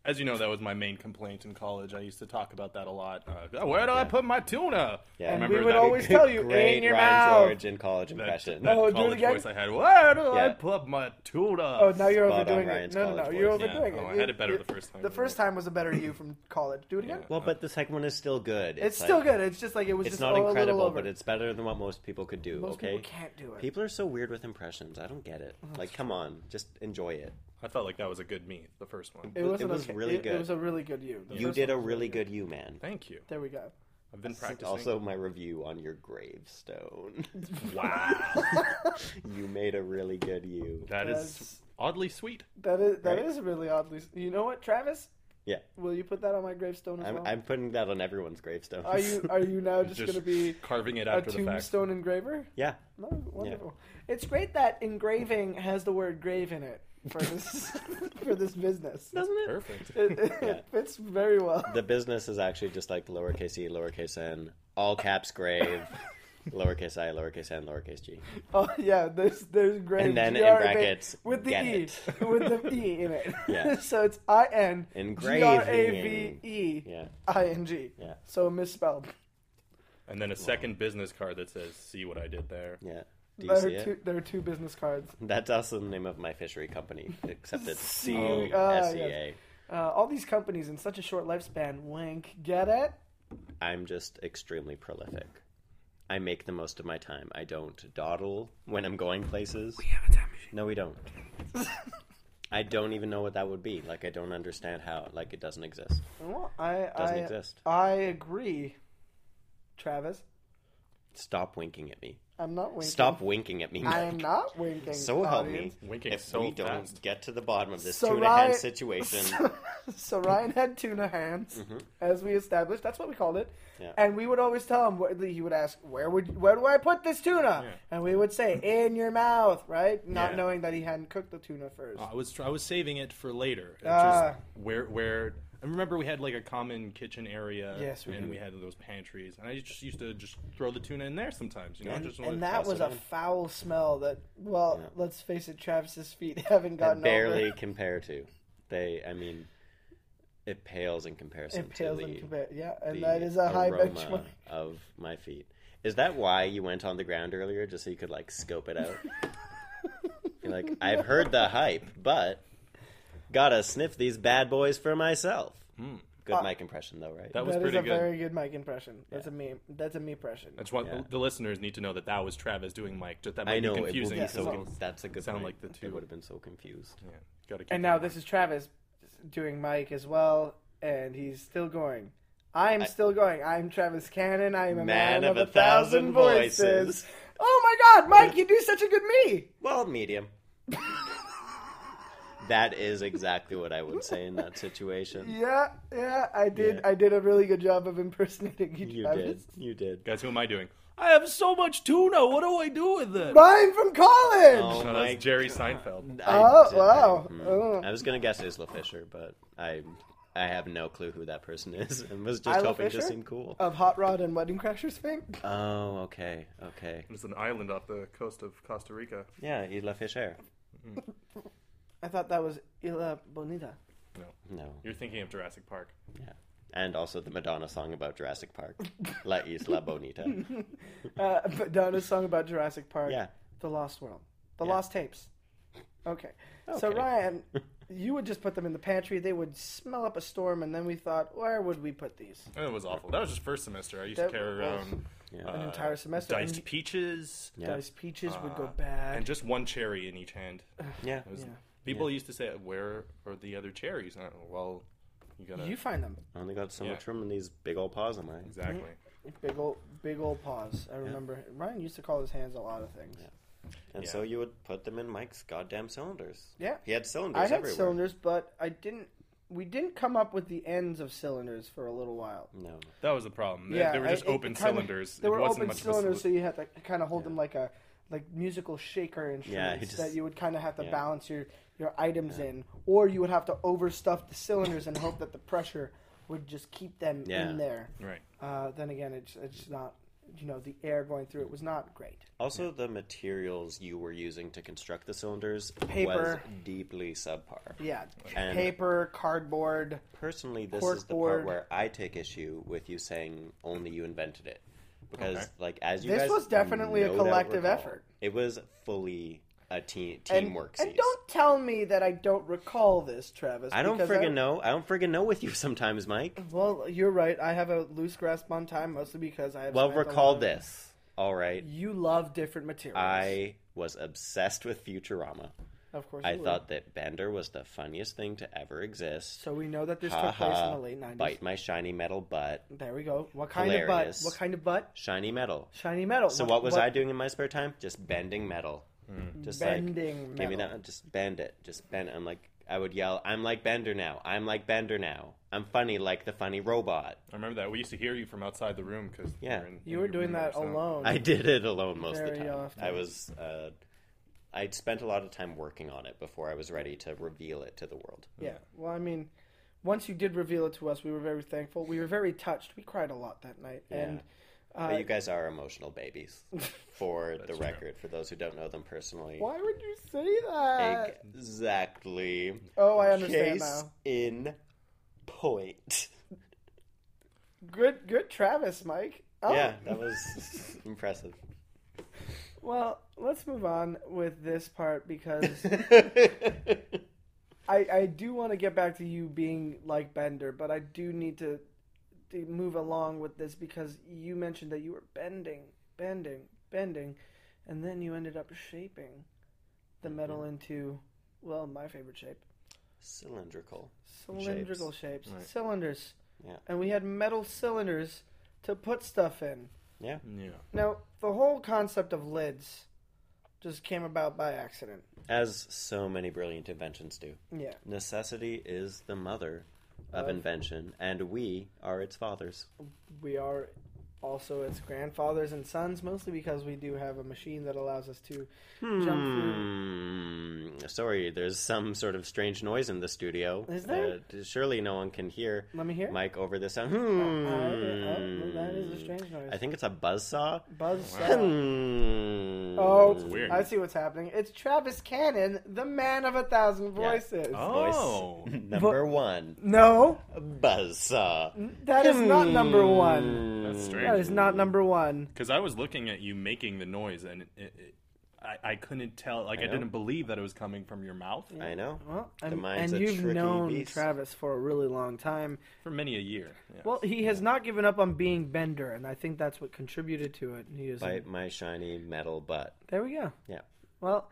Speaker 3: as you know, that was my main complaint in college. I used to talk about that a lot. Uh, Where do I put my tuna?
Speaker 2: Yeah.
Speaker 3: Remember
Speaker 1: we
Speaker 2: And
Speaker 1: would
Speaker 3: that
Speaker 1: always tell you,
Speaker 2: Great
Speaker 1: in your
Speaker 2: Ryan
Speaker 1: mouth.
Speaker 2: George in college
Speaker 3: that,
Speaker 2: impression.
Speaker 3: that
Speaker 1: Oh, do it
Speaker 3: college
Speaker 1: again?
Speaker 3: voice I had? Where do I
Speaker 2: Yeah.
Speaker 3: put my tuna?
Speaker 1: Oh, now you're
Speaker 2: Spot on
Speaker 1: overdoing it.
Speaker 2: Ryan's
Speaker 1: No, no, no.
Speaker 2: college
Speaker 1: You're
Speaker 2: voice.
Speaker 3: Yeah.
Speaker 1: overdoing it.
Speaker 3: Oh, I
Speaker 1: You-
Speaker 3: had it better
Speaker 1: you-
Speaker 3: the first time.
Speaker 1: The first time was a better you from college. Do it again.
Speaker 3: Yeah.
Speaker 2: well, but the second one is still good.
Speaker 1: It's still good. It's just like it was
Speaker 2: It's
Speaker 1: just
Speaker 2: not
Speaker 1: all a little
Speaker 2: incredible,
Speaker 1: over.
Speaker 2: but it's better than what most people could do.
Speaker 1: Most
Speaker 2: okay,
Speaker 1: people can't Oh, do it.
Speaker 2: People are so weird with impressions. I don't get it. Like, come on, just enjoy it.
Speaker 3: I felt like that was a good me, the first one.
Speaker 1: it wasn't
Speaker 2: was
Speaker 1: okay.
Speaker 2: really
Speaker 1: It- It
Speaker 2: good.
Speaker 1: was a really good you. The
Speaker 2: You
Speaker 1: first
Speaker 2: did
Speaker 1: one
Speaker 2: a
Speaker 1: was
Speaker 2: really good you, man.
Speaker 3: Thank you.
Speaker 1: There we go.
Speaker 3: I've been
Speaker 2: This is
Speaker 3: practicing.
Speaker 2: also my review on your gravestone.
Speaker 3: wow,
Speaker 2: you made a really good you.
Speaker 3: that is
Speaker 1: That's-
Speaker 3: oddly sweet.
Speaker 1: That is that is
Speaker 2: Right?
Speaker 1: really oddly. You know what, Travis?
Speaker 2: Yeah.
Speaker 1: Will you put that on my gravestone as
Speaker 2: I'm,
Speaker 1: well?
Speaker 2: I'm putting that on everyone's gravestone.
Speaker 1: Uh-huh. Are you are you now just,
Speaker 3: Just
Speaker 1: going to be
Speaker 3: carving it
Speaker 1: a
Speaker 3: after the fact.
Speaker 1: tombstone engraver?
Speaker 2: yeah.
Speaker 1: No, wonderful. It's great that engraving has the word grave in it for this for this business. It,
Speaker 2: Doesn't it?
Speaker 3: Perfect.
Speaker 1: it,
Speaker 2: Yeah.
Speaker 1: fits very well.
Speaker 2: The business is actually just like lowercase e, lowercase n, all caps grave, lowercase i, lowercase n, lowercase g.
Speaker 1: Oh yeah, there's there's grave
Speaker 2: And then in
Speaker 1: GR, ba-
Speaker 2: brackets,
Speaker 1: with the
Speaker 2: get
Speaker 1: e
Speaker 2: it.
Speaker 1: with the e in it.
Speaker 2: Yeah.
Speaker 1: so it's i n
Speaker 2: Engraving.
Speaker 1: g r a v e
Speaker 2: Yeah.
Speaker 1: i n g.
Speaker 2: Yeah.
Speaker 1: So misspelled.
Speaker 3: And then a second business card that says, "See what I did there."
Speaker 2: Yeah. Do you
Speaker 1: There
Speaker 2: see
Speaker 1: are,
Speaker 2: it?
Speaker 1: two, there are two business cards.
Speaker 2: That's also the name of my fishery company, except it's
Speaker 1: See,
Speaker 2: C
Speaker 1: ah,
Speaker 2: S E A.
Speaker 1: yes. Uh, all these companies in such a short lifespan. Wink. Get it?
Speaker 2: I'm just extremely prolific. I make the most of my time. I don't dawdle when I'm going places. We have a time machine. No, we don't. I don't even know what that would be. Like, I don't understand how. Like, it doesn't exist.
Speaker 1: Well, I
Speaker 2: Doesn't
Speaker 1: I, uh,
Speaker 2: exist.
Speaker 1: I agree, Travis.
Speaker 2: Stop winking at me.
Speaker 1: I'm not winking.
Speaker 2: Stop winking at me.
Speaker 1: I am
Speaker 2: Mike.
Speaker 1: not winking.
Speaker 2: So help me.
Speaker 1: audience.
Speaker 3: Winking
Speaker 2: if
Speaker 3: so
Speaker 2: we don't
Speaker 3: fast.
Speaker 2: get to the bottom of this
Speaker 1: So
Speaker 2: two and a hand
Speaker 1: Ryan-
Speaker 2: situation,
Speaker 1: So, so Ryan had tuna hands, as we established. That's what we called it.
Speaker 2: Mm-hmm. Yeah.
Speaker 1: And we would always tell him. what- He would ask, "Where would? Where do I put this tuna?"
Speaker 3: Yeah.
Speaker 1: And we would say, "In your mouth," right? Not
Speaker 3: Yeah.
Speaker 1: knowing that he hadn't cooked the tuna first.
Speaker 3: Oh, I was tr- I was saving it for later. It
Speaker 1: Ah.
Speaker 3: just where where I remember we had like a common kitchen area.
Speaker 1: Yes, we
Speaker 3: and
Speaker 1: did.
Speaker 3: we had those pantries, and I just used to just throw the tuna in there sometimes. You know,
Speaker 1: and,
Speaker 3: just wanna
Speaker 1: and that
Speaker 3: toss
Speaker 1: was
Speaker 3: it
Speaker 1: a
Speaker 3: in.
Speaker 1: foul smell. That well, let's face it, Travis's feet haven't
Speaker 2: I
Speaker 1: gotten
Speaker 2: barely
Speaker 1: over.
Speaker 2: compare to. They, I mean, it pales in comparison
Speaker 1: It pales
Speaker 2: to the,
Speaker 1: in compare. Yeah, and
Speaker 2: the
Speaker 1: that is a high
Speaker 2: aroma
Speaker 1: benchmark.
Speaker 2: of my feet. Is that why you went on the ground earlier, just so you could like scope it out? You're like, I've heard the hype, but gotta sniff these bad boys for myself. Good
Speaker 1: Uh,
Speaker 2: mic impression, though, right?
Speaker 3: Hmm. That was
Speaker 1: That is
Speaker 3: pretty
Speaker 1: a
Speaker 3: good.
Speaker 1: very good mic impression. That's a me. That's a me impression.
Speaker 3: I just want
Speaker 2: Yeah.
Speaker 3: the listeners need to know that that was Travis doing Mike. Just that might
Speaker 2: I know
Speaker 3: be
Speaker 2: it will
Speaker 3: confusing.
Speaker 2: be so.
Speaker 3: because
Speaker 2: con-
Speaker 3: it'll-
Speaker 2: that's a good
Speaker 3: sound
Speaker 2: point.
Speaker 3: like the
Speaker 2: They
Speaker 3: two.
Speaker 2: would have been so confused.
Speaker 3: yeah, gotta keep
Speaker 1: And now this is Travis doing Mike as well, and he's still going. I'm still going. I'm Travis Cannon. I'm a man, of, a thousand, voices.
Speaker 2: voices.
Speaker 1: Oh my God, Mike, you do such a good me.
Speaker 2: Well, medium. that is exactly what I would say in that situation.
Speaker 1: Yeah, yeah, I did.
Speaker 2: Yeah.
Speaker 1: I did a really good job of impersonating you,
Speaker 2: You
Speaker 1: Travis.
Speaker 2: did. You did.
Speaker 3: guys. Who am I doing? I have so much tuna. What do I do with it?
Speaker 1: Mine from college.
Speaker 2: Oh.
Speaker 3: No, that's
Speaker 2: my
Speaker 3: Jerry Seinfeld.
Speaker 2: I
Speaker 1: Oh,
Speaker 2: did-
Speaker 1: wow.
Speaker 2: I, hmm.
Speaker 1: Oh.
Speaker 2: I was gonna guess Isla Fisher, but I I have no clue who that person is, and was just
Speaker 1: Isla
Speaker 2: hoping
Speaker 1: Fisher?
Speaker 2: to seem cool.
Speaker 1: Of Hot Rod and Wedding Crashers fame.
Speaker 2: oh, okay, okay.
Speaker 3: It's an island off the coast of Costa Rica.
Speaker 2: Yeah, Isla Fisher.
Speaker 1: I thought that was Ila Bonita.
Speaker 3: No,
Speaker 2: No,
Speaker 3: you're thinking of Jurassic Park.
Speaker 2: yeah, and also the Madonna song about Jurassic Park, La Isla Bonita.
Speaker 1: Uh, but Donna's song about Jurassic Park.
Speaker 2: Yeah,
Speaker 1: The Lost World. The
Speaker 2: Yeah.
Speaker 1: Lost Tapes. Okay. So,
Speaker 2: Okay.
Speaker 1: Ryan, you would just put them in the pantry. They would smell up a storm, and then we thought, where would we put these?
Speaker 3: That was awful. That was just first semester. I used
Speaker 1: That
Speaker 3: to carry
Speaker 1: was
Speaker 3: around
Speaker 2: Yeah.
Speaker 1: An
Speaker 3: uh,
Speaker 1: entire semester.
Speaker 3: diced
Speaker 1: And-
Speaker 3: peaches,
Speaker 2: yeah,
Speaker 1: Diced peaches would go
Speaker 3: Uh,
Speaker 1: bad.
Speaker 3: and just one cherry in each hand.
Speaker 2: yeah.
Speaker 3: It was-
Speaker 1: Yeah.
Speaker 3: People used to say, "Where are the other cherries?" And I, well, you gotta
Speaker 1: you find them.
Speaker 2: I only got so
Speaker 3: Yeah.
Speaker 2: much room in these big old paws of mine.
Speaker 3: exactly.
Speaker 1: Big old, big old paws. I remember. Ryan used to call his hands a lot of things.
Speaker 2: And
Speaker 3: Yeah.
Speaker 2: so you would put them in Mike's goddamn cylinders.
Speaker 1: Yeah.
Speaker 2: He had cylinders
Speaker 1: I had
Speaker 2: everywhere.
Speaker 1: cylinders, but I didn't. We didn't come up with the ends of cylinders for a little while.
Speaker 2: No.
Speaker 3: That was the problem. They-
Speaker 1: Yeah,
Speaker 3: they were
Speaker 1: I-
Speaker 3: just
Speaker 1: it- it
Speaker 3: open
Speaker 1: kinda-
Speaker 3: cylinders.
Speaker 1: They
Speaker 3: It
Speaker 1: were
Speaker 3: wasn't
Speaker 1: open
Speaker 3: much of a
Speaker 1: cylinders, so
Speaker 3: solu-
Speaker 1: you had to kind of hold them like a like musical shaker instruments
Speaker 2: just-
Speaker 1: that you would kind of have to
Speaker 2: yeah.
Speaker 1: balance your your items in, or you would have to overstuff the cylinders and hope that the pressure would just keep them
Speaker 2: Yeah.
Speaker 1: in there.
Speaker 3: right.
Speaker 1: Uh, then again, it's it's not you know the air going through it was not great.
Speaker 2: Also, the materials you were using to construct the cylinders
Speaker 1: Paper.
Speaker 2: was deeply subpar.
Speaker 1: Yeah,
Speaker 2: And-
Speaker 1: paper, cardboard.
Speaker 2: Personally, this is the
Speaker 1: Corkboard.
Speaker 2: part where I take issue with you saying only you invented it, because
Speaker 3: Okay.
Speaker 2: like as you
Speaker 1: This
Speaker 2: guys
Speaker 1: was definitely a
Speaker 2: no doubt
Speaker 1: collective
Speaker 2: recall,
Speaker 1: effort.
Speaker 2: It was fully a team
Speaker 1: And-
Speaker 2: teamwork.
Speaker 1: And,
Speaker 2: siege.
Speaker 1: don't tell me that I don't recall this, Travis.
Speaker 2: I don't
Speaker 1: because
Speaker 2: friggin' know. I don't friggin' know with you sometimes, Mike.
Speaker 1: Well, you're right. I have a loose grasp on time mostly because I. Have
Speaker 2: Well,
Speaker 1: spent a
Speaker 2: recall
Speaker 1: lot of-
Speaker 2: this. All right,
Speaker 1: You love different materials.
Speaker 2: I was obsessed with Futurama.
Speaker 1: of course.
Speaker 2: I
Speaker 1: you would.
Speaker 2: thought that Bender was the funniest thing to ever exist.
Speaker 1: so. We know that this
Speaker 2: Ha
Speaker 1: took place in
Speaker 2: ha!
Speaker 1: the late nineties.
Speaker 2: Bite my shiny metal butt.
Speaker 1: There we go. What kind
Speaker 2: Hilarious.
Speaker 1: of butt? What kind of butt?
Speaker 2: Shiny metal.
Speaker 1: Shiny metal.
Speaker 2: So what was I doing in my spare time? Just bending metal. Just like
Speaker 1: Bending Mm. metal.
Speaker 2: give me that. Just bend it. Just bend. It. I'm like I would yell. I'm like Bender now. I'm like Bender now. I'm funny like the funny robot.
Speaker 3: I remember that. We used to hear you from outside the room because
Speaker 2: Yeah.
Speaker 1: You were doing that alone.
Speaker 2: I did it alone most of the
Speaker 1: Very
Speaker 2: time.
Speaker 1: often.
Speaker 2: I was. Uh, I'd spent a lot of time working on it before I was ready to reveal it to the world.
Speaker 1: Yeah. Well, I mean, once you did reveal it to us, we were very thankful. We were very touched. We cried a lot that night. And uh,
Speaker 2: But you guys are emotional babies. For the record, for those who don't know them personally,
Speaker 1: why would you say that?
Speaker 2: exactly.
Speaker 1: Oh, I Uh, understand
Speaker 2: Case
Speaker 1: now.
Speaker 2: in point.
Speaker 1: Good, good, Travis, Mike. Oh,
Speaker 2: Yeah, that was impressive.
Speaker 1: Well, let's move on with this part because I, I do want to get back to you being like Bender, but I do need to, to move along with this because you mentioned that you were bending, bending, bending, and then you ended up shaping the metal into, well, my favorite shape
Speaker 2: Cylindrical.
Speaker 1: cylindrical shapes, cylinders.
Speaker 2: Yeah.
Speaker 1: And we had metal cylinders to put stuff in.
Speaker 3: Yeah.
Speaker 1: Now, the whole concept of lids just came about by accident.
Speaker 2: As so many brilliant inventions do.
Speaker 1: Yeah.
Speaker 2: Necessity is the mother of
Speaker 1: Of-
Speaker 2: invention, and we are its fathers.
Speaker 1: We are also its grandfathers and sons, mostly because we do have a machine that allows us to jump through.
Speaker 2: Hmm. Sorry, there's some sort of strange noise in the studio.
Speaker 1: Is there?
Speaker 2: Uh, surely no one can hear
Speaker 1: Let me hear.
Speaker 2: Mike over this sound.
Speaker 1: Uh,
Speaker 2: Hmm.
Speaker 1: uh, that is a strange
Speaker 2: I
Speaker 1: noise.
Speaker 2: think it's a buzzsaw.
Speaker 1: Buzz. saw.
Speaker 2: Hmm.
Speaker 1: Oh,
Speaker 3: weird.
Speaker 1: I see what's happening. It's Travis Cannon, the man of a thousand
Speaker 2: Yeah.
Speaker 1: voices.
Speaker 3: Oh.
Speaker 2: Number one,
Speaker 1: No,
Speaker 2: buzzsaw. Hmm.
Speaker 1: that is not number one.
Speaker 3: That's
Speaker 1: That is
Speaker 3: strange.
Speaker 1: not number one.
Speaker 3: Because I was looking at you making the noise and it, it, it, I, I couldn't tell. Like, I,
Speaker 2: know.
Speaker 3: didn't believe that it was coming from your mouth
Speaker 2: I know.
Speaker 1: Well,
Speaker 2: The
Speaker 1: and,
Speaker 2: mind's
Speaker 1: and
Speaker 2: a
Speaker 1: you've
Speaker 2: tricky
Speaker 1: known
Speaker 2: beast.
Speaker 1: Travis for a really long time.
Speaker 3: for many a year. Yeah.
Speaker 1: Well, he has not given up on being Bender, and I think that's what contributed to it. He is
Speaker 2: Bite my shiny metal butt.
Speaker 1: there. We go.
Speaker 2: Yeah.
Speaker 1: Well,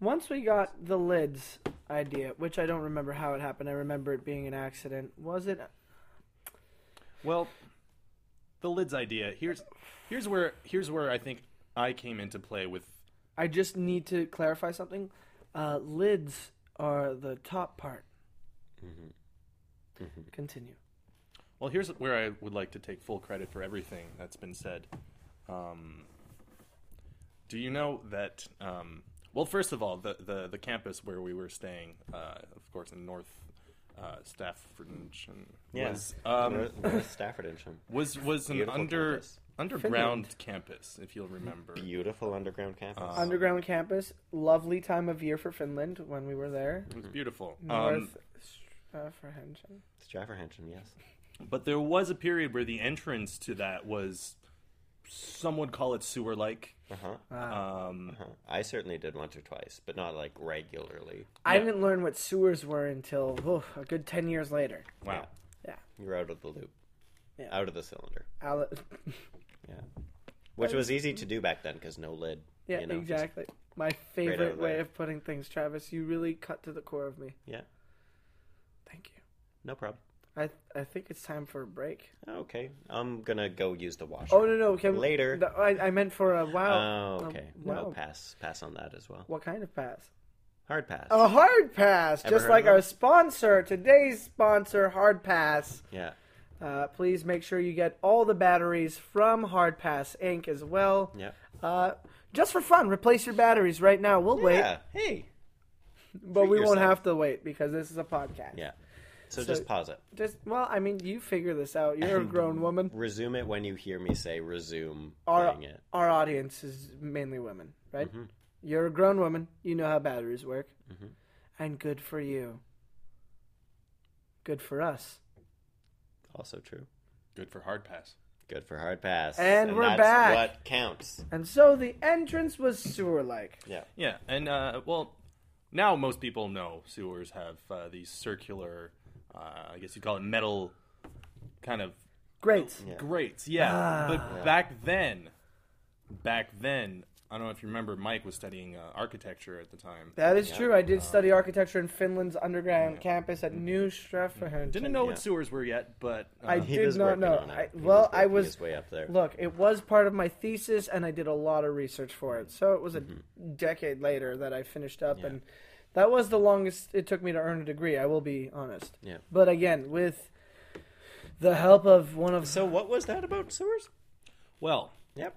Speaker 1: once we got the lids idea, which I don't remember how it happened. I remember it being an accident. Was it?
Speaker 3: Well, the lids idea. Here's here's where here's where I think I came into play with.
Speaker 1: I just need to clarify something. Uh, lids are the top part. Continue.
Speaker 3: Well, here's where I would like to take full credit for everything that's been said. Um, do you know that? Um, well, first of all, the, the the campus where we were staying, uh, of course, in North uh, Stafford,
Speaker 2: Yeah.
Speaker 3: was um,
Speaker 2: North, North Staffordshire.
Speaker 3: was was an
Speaker 2: Beautiful
Speaker 3: under
Speaker 2: campus.
Speaker 3: underground campus, if you'll remember.
Speaker 2: Beautiful underground campus.
Speaker 3: Uh,
Speaker 1: Underground campus. Lovely time of year for Finland when we were there.
Speaker 3: It was beautiful. Um,
Speaker 1: North uh, for Henshin.
Speaker 2: Staffordshire, yes.
Speaker 3: But there was a period where the entrance to that was, some would call it sewer like.
Speaker 2: Uh-huh.
Speaker 3: Um,
Speaker 2: Uh-huh. I certainly did once or twice, but not like regularly.
Speaker 1: I didn't learn what sewers were until oh, a good ten years later.
Speaker 3: wow.
Speaker 1: Yeah,
Speaker 2: You're out of the loop.
Speaker 1: Yeah.
Speaker 2: Out of the cylinder.
Speaker 1: Ale-
Speaker 2: Yeah. Which was easy to do back then because no lid.
Speaker 1: yeah,
Speaker 2: you know, just-
Speaker 1: exactly. My favorite
Speaker 2: out of
Speaker 1: way
Speaker 2: there.
Speaker 1: of putting things, Travis. You really cut to the core of me.
Speaker 2: yeah.
Speaker 1: Thank you.
Speaker 2: No problem.
Speaker 1: I I think it's time for a break.
Speaker 2: Okay. I'm gonna go use the
Speaker 1: Oh
Speaker 2: washer.
Speaker 1: no no can,
Speaker 2: Later.
Speaker 1: No, I I meant for a wow.
Speaker 2: Oh, okay.
Speaker 1: Um,
Speaker 2: No
Speaker 1: wow.
Speaker 2: pass. Pass on that as well.
Speaker 1: What kind of pass?
Speaker 2: Hard pass.
Speaker 1: A hard pass,
Speaker 2: Ever
Speaker 1: just
Speaker 2: heard
Speaker 1: like
Speaker 2: of
Speaker 1: our sponsor today's sponsor, Hard Pass.
Speaker 2: Yeah.
Speaker 1: Uh, please make sure you get all the batteries from Hard Pass Inc. as well.
Speaker 2: Yeah.
Speaker 1: Uh, just for fun, replace your batteries right now. We'll wait,
Speaker 2: Yeah. Hey.
Speaker 1: but we won't
Speaker 2: yourself.
Speaker 1: have to wait because this is a podcast.
Speaker 2: Yeah. So, just pause it.
Speaker 1: Just well, I mean, you figure this out. You're a grown woman.
Speaker 2: Resume it when you hear me say resume
Speaker 1: Our
Speaker 2: playing it. Mm-hmm.
Speaker 1: our audience is mainly women, right? You're a grown woman. You know how batteries work, and good for you. Good for us.
Speaker 2: Also true.
Speaker 3: Good for hard pass.
Speaker 2: Good for hard pass.
Speaker 1: And we're
Speaker 2: that's
Speaker 1: back.
Speaker 2: What counts?
Speaker 1: And so the entrance was sewer-like.
Speaker 2: Yeah.
Speaker 3: Yeah, and uh, well, now most people know sewers have uh, these circular, uh, I guess you call it metal, kind of
Speaker 1: Great.
Speaker 2: Oh,
Speaker 3: grates. Yeah, but back then, back then, I don't know if you remember, Mike was studying uh, architecture at the time.
Speaker 1: That is true. I
Speaker 2: Uh,
Speaker 1: did study architecture in Finland's underground campus at New Strafford.
Speaker 3: Didn't know
Speaker 2: Yeah.
Speaker 3: what sewers were yet, but uh,
Speaker 1: I
Speaker 2: He
Speaker 1: did
Speaker 2: was
Speaker 1: not
Speaker 2: working
Speaker 1: know.
Speaker 2: on it.
Speaker 1: I,
Speaker 2: He
Speaker 1: well,
Speaker 2: was
Speaker 1: I
Speaker 2: working
Speaker 1: was
Speaker 2: his way up there.
Speaker 1: Look, it was part of my thesis, and I did a lot of research for it. So it was a
Speaker 2: Mm-hmm.
Speaker 1: decade later that I finished up, and that was the longest it took me to earn a degree. I will be honest.
Speaker 2: Yeah.
Speaker 1: But again, with the help of one of
Speaker 2: So what was that about sewers?
Speaker 3: well.
Speaker 2: Yep.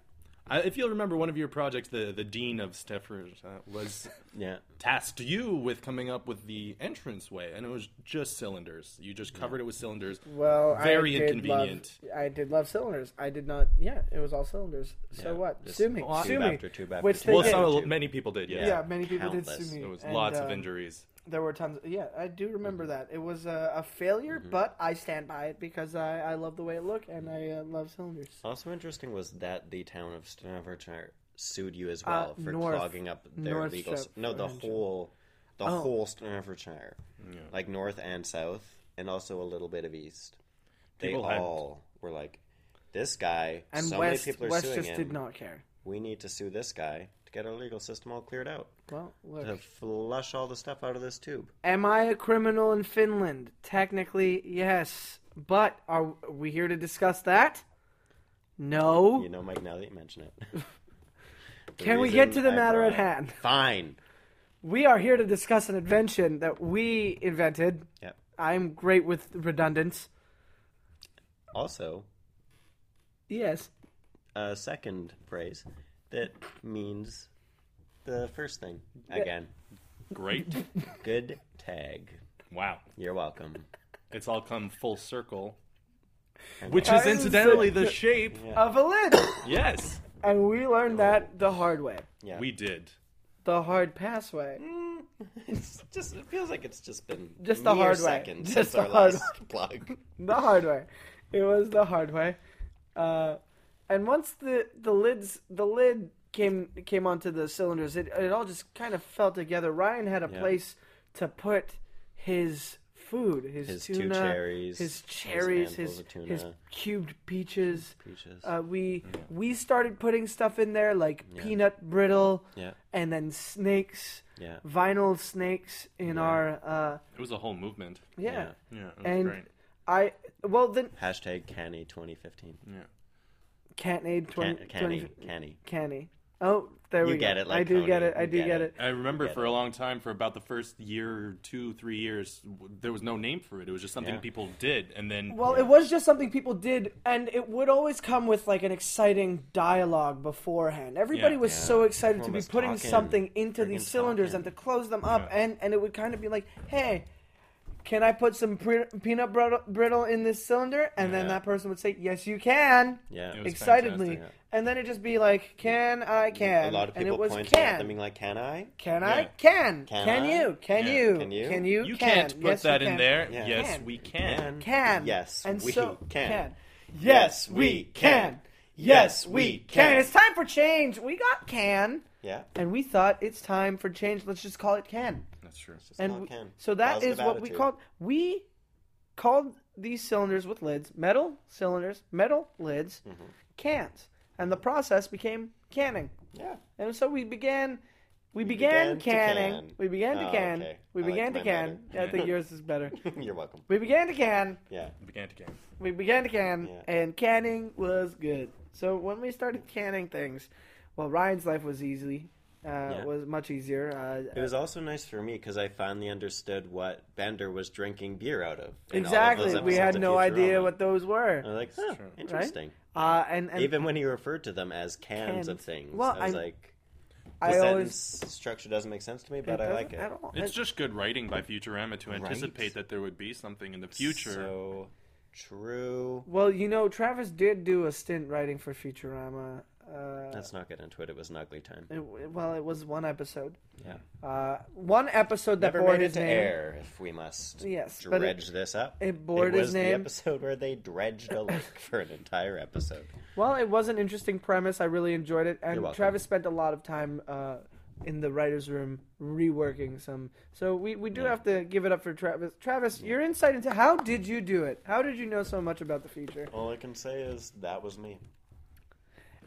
Speaker 3: I, if you'll remember, one of your projects, the, the dean of Stefford, uh, was
Speaker 2: Yeah.
Speaker 3: tasked you with coming up with the entranceway, and it was just cylinders. You just covered it with cylinders.
Speaker 1: well,
Speaker 3: very
Speaker 1: I did
Speaker 3: inconvenient.
Speaker 1: Love, I did love cylinders. I did not. Yeah, it was all cylinders. So
Speaker 3: Yeah,
Speaker 1: what?
Speaker 2: just
Speaker 1: Sue me.
Speaker 2: tube
Speaker 1: sue me.
Speaker 2: after tube after
Speaker 1: Which
Speaker 2: tube
Speaker 1: they
Speaker 3: Well,
Speaker 1: did.
Speaker 2: after
Speaker 3: some,
Speaker 2: too.
Speaker 3: many people did, yeah.
Speaker 1: yeah, many people did
Speaker 2: countless.
Speaker 1: sue me.
Speaker 3: There was
Speaker 1: and,
Speaker 3: lots of
Speaker 1: uh,
Speaker 3: injuries.
Speaker 1: There were tons. yeah, I do remember
Speaker 2: Mm-hmm.
Speaker 1: that. It was a, a failure, but I stand by it because I, I love the way it looked and I uh, love cylinders.
Speaker 2: Also interesting was that the town of Staffordshire sued you as well
Speaker 1: Uh,
Speaker 2: for
Speaker 1: north-
Speaker 2: clogging up their
Speaker 1: north
Speaker 2: legal. s-
Speaker 1: Staff-
Speaker 2: No, the
Speaker 1: Staffordshire. Oh.
Speaker 2: whole, the whole Staffordshire, like north and south, and also a little bit of east. They
Speaker 3: People had-
Speaker 2: all were like, "This guy."
Speaker 1: And
Speaker 2: so
Speaker 1: West,
Speaker 2: many people are
Speaker 1: West
Speaker 2: suing
Speaker 1: just
Speaker 2: him.
Speaker 1: did not care.
Speaker 2: We need to sue this guy to get our legal system all cleared out
Speaker 1: Well, look.
Speaker 2: to flush all the stuff out of this tube.
Speaker 1: Am I a criminal in Finland? Technically, yes. But are we here to discuss that? No.
Speaker 2: You know, Mike. Now that you mention it, The
Speaker 1: Can we
Speaker 2: reason
Speaker 1: get to the
Speaker 2: I
Speaker 1: matter at
Speaker 2: brought-
Speaker 1: hand?
Speaker 2: Fine.
Speaker 1: We are here to discuss an invention that we invented.
Speaker 2: Yep.
Speaker 1: I'm great with redundance.
Speaker 2: Also,
Speaker 1: Yes.
Speaker 2: a second phrase that means the first thing again.
Speaker 3: Great.
Speaker 2: Good tag.
Speaker 3: wow.
Speaker 2: You're welcome.
Speaker 3: It's all come full circle. Which is
Speaker 1: That is
Speaker 3: incidentally
Speaker 1: so-
Speaker 3: the shape.
Speaker 1: Of a lid.
Speaker 3: Yes.
Speaker 1: and we learned that the hard way.
Speaker 2: Yeah,
Speaker 3: We did.
Speaker 1: The hard pass way.
Speaker 2: it's just it feels like it's just been
Speaker 1: Just the
Speaker 2: mere
Speaker 1: hard way. Just
Speaker 2: seconds since
Speaker 1: the
Speaker 2: our
Speaker 1: hard
Speaker 2: last plug.
Speaker 1: the hard way. It was the hard way. Uh, and once the the lids the lid came came onto the cylinders, it it all just kind of fell together. Ryan had a place to put his food, his,
Speaker 2: His two
Speaker 1: tuna,
Speaker 2: cherries,
Speaker 1: his
Speaker 2: his
Speaker 1: cherries,
Speaker 2: handfuls
Speaker 1: his
Speaker 2: of tuna.
Speaker 1: his cubed peaches.
Speaker 2: Peaches.
Speaker 1: Uh, we we started putting stuff in there like peanut brittle,
Speaker 2: Yeah.
Speaker 1: and then snakes,
Speaker 2: Yeah.
Speaker 1: vinyl snakes in our uh,
Speaker 3: It was a whole movement.
Speaker 1: yeah.
Speaker 3: Yeah. It was
Speaker 1: And
Speaker 3: great.
Speaker 1: I well then
Speaker 2: Hashtag canny 2015.
Speaker 3: Yeah.
Speaker 1: Cantnade
Speaker 2: Can,
Speaker 1: 20,
Speaker 2: canny,
Speaker 1: 20
Speaker 2: canny.
Speaker 1: Canny. Oh, there we
Speaker 2: You
Speaker 1: go.
Speaker 2: get it, like
Speaker 1: I do
Speaker 2: Coney.
Speaker 1: get it. I
Speaker 2: You
Speaker 1: do
Speaker 2: get
Speaker 1: get it.
Speaker 2: it.
Speaker 3: I remember
Speaker 2: Get
Speaker 3: for a long time, for about the first year, two, three years, w- there was no name for it. It was just something
Speaker 2: Yeah.
Speaker 3: people did. And then
Speaker 1: Well, it was just something people did, and it would always come with like an exciting dialogue beforehand. Everybody
Speaker 3: Yeah.
Speaker 1: was
Speaker 2: Yeah.
Speaker 1: so excited
Speaker 2: Everyone
Speaker 1: to be
Speaker 2: was
Speaker 1: putting
Speaker 2: talking,
Speaker 1: something into
Speaker 2: friggin'
Speaker 1: these cylinders and
Speaker 2: talking.
Speaker 1: to close them up, and and it would kind of be like, hey. Can I put some pre- peanut brittle, brittle in this cylinder? And then
Speaker 2: Yeah.
Speaker 1: that person would say, "Yes, you can,"
Speaker 2: Yeah.
Speaker 3: It was
Speaker 1: excitedly,
Speaker 3: fantastic,
Speaker 1: and then it'd just be like, "Can I can?"
Speaker 2: a lot of
Speaker 1: and it
Speaker 2: people
Speaker 1: was
Speaker 2: pointed
Speaker 1: can.
Speaker 2: at them being like, "Can I?"
Speaker 1: Can
Speaker 3: Yeah.
Speaker 1: I? Can.
Speaker 2: Can
Speaker 1: Can,
Speaker 2: I?
Speaker 1: you? Can,
Speaker 3: Yeah.
Speaker 1: you?
Speaker 2: Can you?
Speaker 1: Can you?
Speaker 3: you
Speaker 1: can.
Speaker 3: can't put
Speaker 1: Yes, you
Speaker 3: that in
Speaker 1: can.
Speaker 3: there.
Speaker 2: Yeah.
Speaker 3: Yes,
Speaker 1: Can.
Speaker 3: we can.
Speaker 1: Can.
Speaker 2: Yes,
Speaker 1: And
Speaker 2: we
Speaker 1: so,
Speaker 2: can.
Speaker 1: Yes, we can.
Speaker 2: Yes, we can.
Speaker 1: It's time for change. We got can.
Speaker 2: Yeah.
Speaker 1: And we thought it's time for change. Let's just call it can.
Speaker 3: That's true.
Speaker 2: Just
Speaker 1: And
Speaker 2: call it
Speaker 1: we-
Speaker 2: can.
Speaker 1: so that
Speaker 2: Positive
Speaker 1: is what we
Speaker 2: attitude.
Speaker 1: called. We called these cylinders with lids, metal cylinders, metal lids,
Speaker 2: Mm-hmm.
Speaker 1: cans. And the process became canning.
Speaker 2: Yeah.
Speaker 1: And so we began. We,
Speaker 2: began
Speaker 1: began,
Speaker 2: to
Speaker 1: canning.
Speaker 2: can.
Speaker 1: We began to
Speaker 2: Oh,
Speaker 1: can.
Speaker 2: okay.
Speaker 1: We
Speaker 2: I liked
Speaker 1: began
Speaker 2: my
Speaker 1: to can.
Speaker 2: better.
Speaker 1: Yeah, I think yours is better.
Speaker 2: You're welcome.
Speaker 1: We began to can.
Speaker 2: Yeah.
Speaker 3: Began to game.
Speaker 1: We began to can,
Speaker 2: Yeah.
Speaker 1: and canning was good. So when we started canning things, well, Ryan's life was easy. Uh, Was much easier. Uh,
Speaker 2: It was also nice for me because I finally understood what Bender was drinking beer out of. in all of
Speaker 1: exactly.
Speaker 2: those
Speaker 1: We
Speaker 2: episodes
Speaker 1: had
Speaker 2: of
Speaker 1: no idea
Speaker 2: Futurama.
Speaker 1: what those were.
Speaker 2: I was like, huh,
Speaker 3: true.
Speaker 2: interesting.
Speaker 1: Uh, and and
Speaker 2: Even when he referred to them as cans, of
Speaker 1: Cans.
Speaker 2: things,
Speaker 1: Well,
Speaker 2: I was
Speaker 1: I'm-
Speaker 2: like, The
Speaker 1: I always
Speaker 2: sentence structure doesn't make sense to me,
Speaker 1: It
Speaker 2: but I
Speaker 1: doesn't
Speaker 2: like it.
Speaker 1: at all.
Speaker 3: It's
Speaker 1: It-
Speaker 3: just good writing by Futurama to anticipate that there would be something in the future.
Speaker 2: So true.
Speaker 1: well, you know, Travis did do a stint writing for Futurama. Uh,
Speaker 2: Let's not get into it. It was an ugly time.
Speaker 1: it, well, it was one episode.
Speaker 2: Yeah.
Speaker 1: Uh, one episode that
Speaker 2: Never
Speaker 1: bore
Speaker 2: made it
Speaker 1: his
Speaker 2: to
Speaker 1: name.
Speaker 2: air. If we must
Speaker 1: Yes, but it-
Speaker 2: dredge this up,
Speaker 1: it bored his
Speaker 2: was the
Speaker 1: name.
Speaker 2: episode where they dredged a lake for an entire episode.
Speaker 1: Well, it was an interesting premise. I really enjoyed it,
Speaker 2: You're
Speaker 1: and
Speaker 2: welcome.
Speaker 1: Travis spent a lot of time uh, in the writers' room reworking some. So we, we do have to give it up for Travis. Travis, your insight into how did you do it? How did you know so much about the feature?
Speaker 2: All I can say is that was me.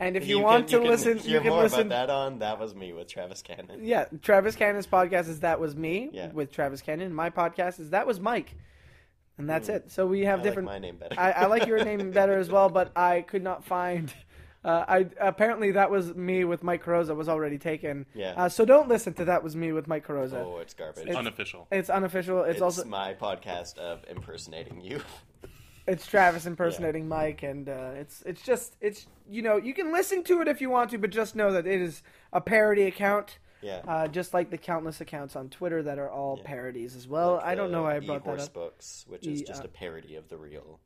Speaker 1: And if you, want to listen,
Speaker 2: hear
Speaker 1: you can
Speaker 2: more
Speaker 1: listen.
Speaker 2: about that on "That Was Me" with Travis Cannon.
Speaker 1: Yeah, Travis Cannon's podcast is that was me
Speaker 2: Yeah.
Speaker 1: with Travis Cannon. My podcast is that was Mike, and that's it. So we have
Speaker 2: I like
Speaker 1: different.
Speaker 2: my name better.
Speaker 1: I, I like your name better as well, but I could not find. Uh, I apparently that was me with Mike Carosa was already taken.
Speaker 2: Yeah.
Speaker 1: Uh, so don't listen to that was me with Mike Carosa.
Speaker 2: oh, it's garbage. It's,
Speaker 3: Unofficial.
Speaker 1: It's unofficial. It's, also
Speaker 2: my podcast of impersonating you.
Speaker 1: it's Travis impersonating Mike, and uh, it's it's just it's you know you can listen to it if you want to, but just know that it is a parody account.
Speaker 2: Yeah.
Speaker 1: Uh, just like the countless accounts on Twitter that are all parodies as well. I don't know why I
Speaker 2: The
Speaker 1: brought that
Speaker 2: E-Horse
Speaker 1: up.
Speaker 2: Books, which is
Speaker 1: E,
Speaker 2: just
Speaker 1: uh,
Speaker 2: a parody of the real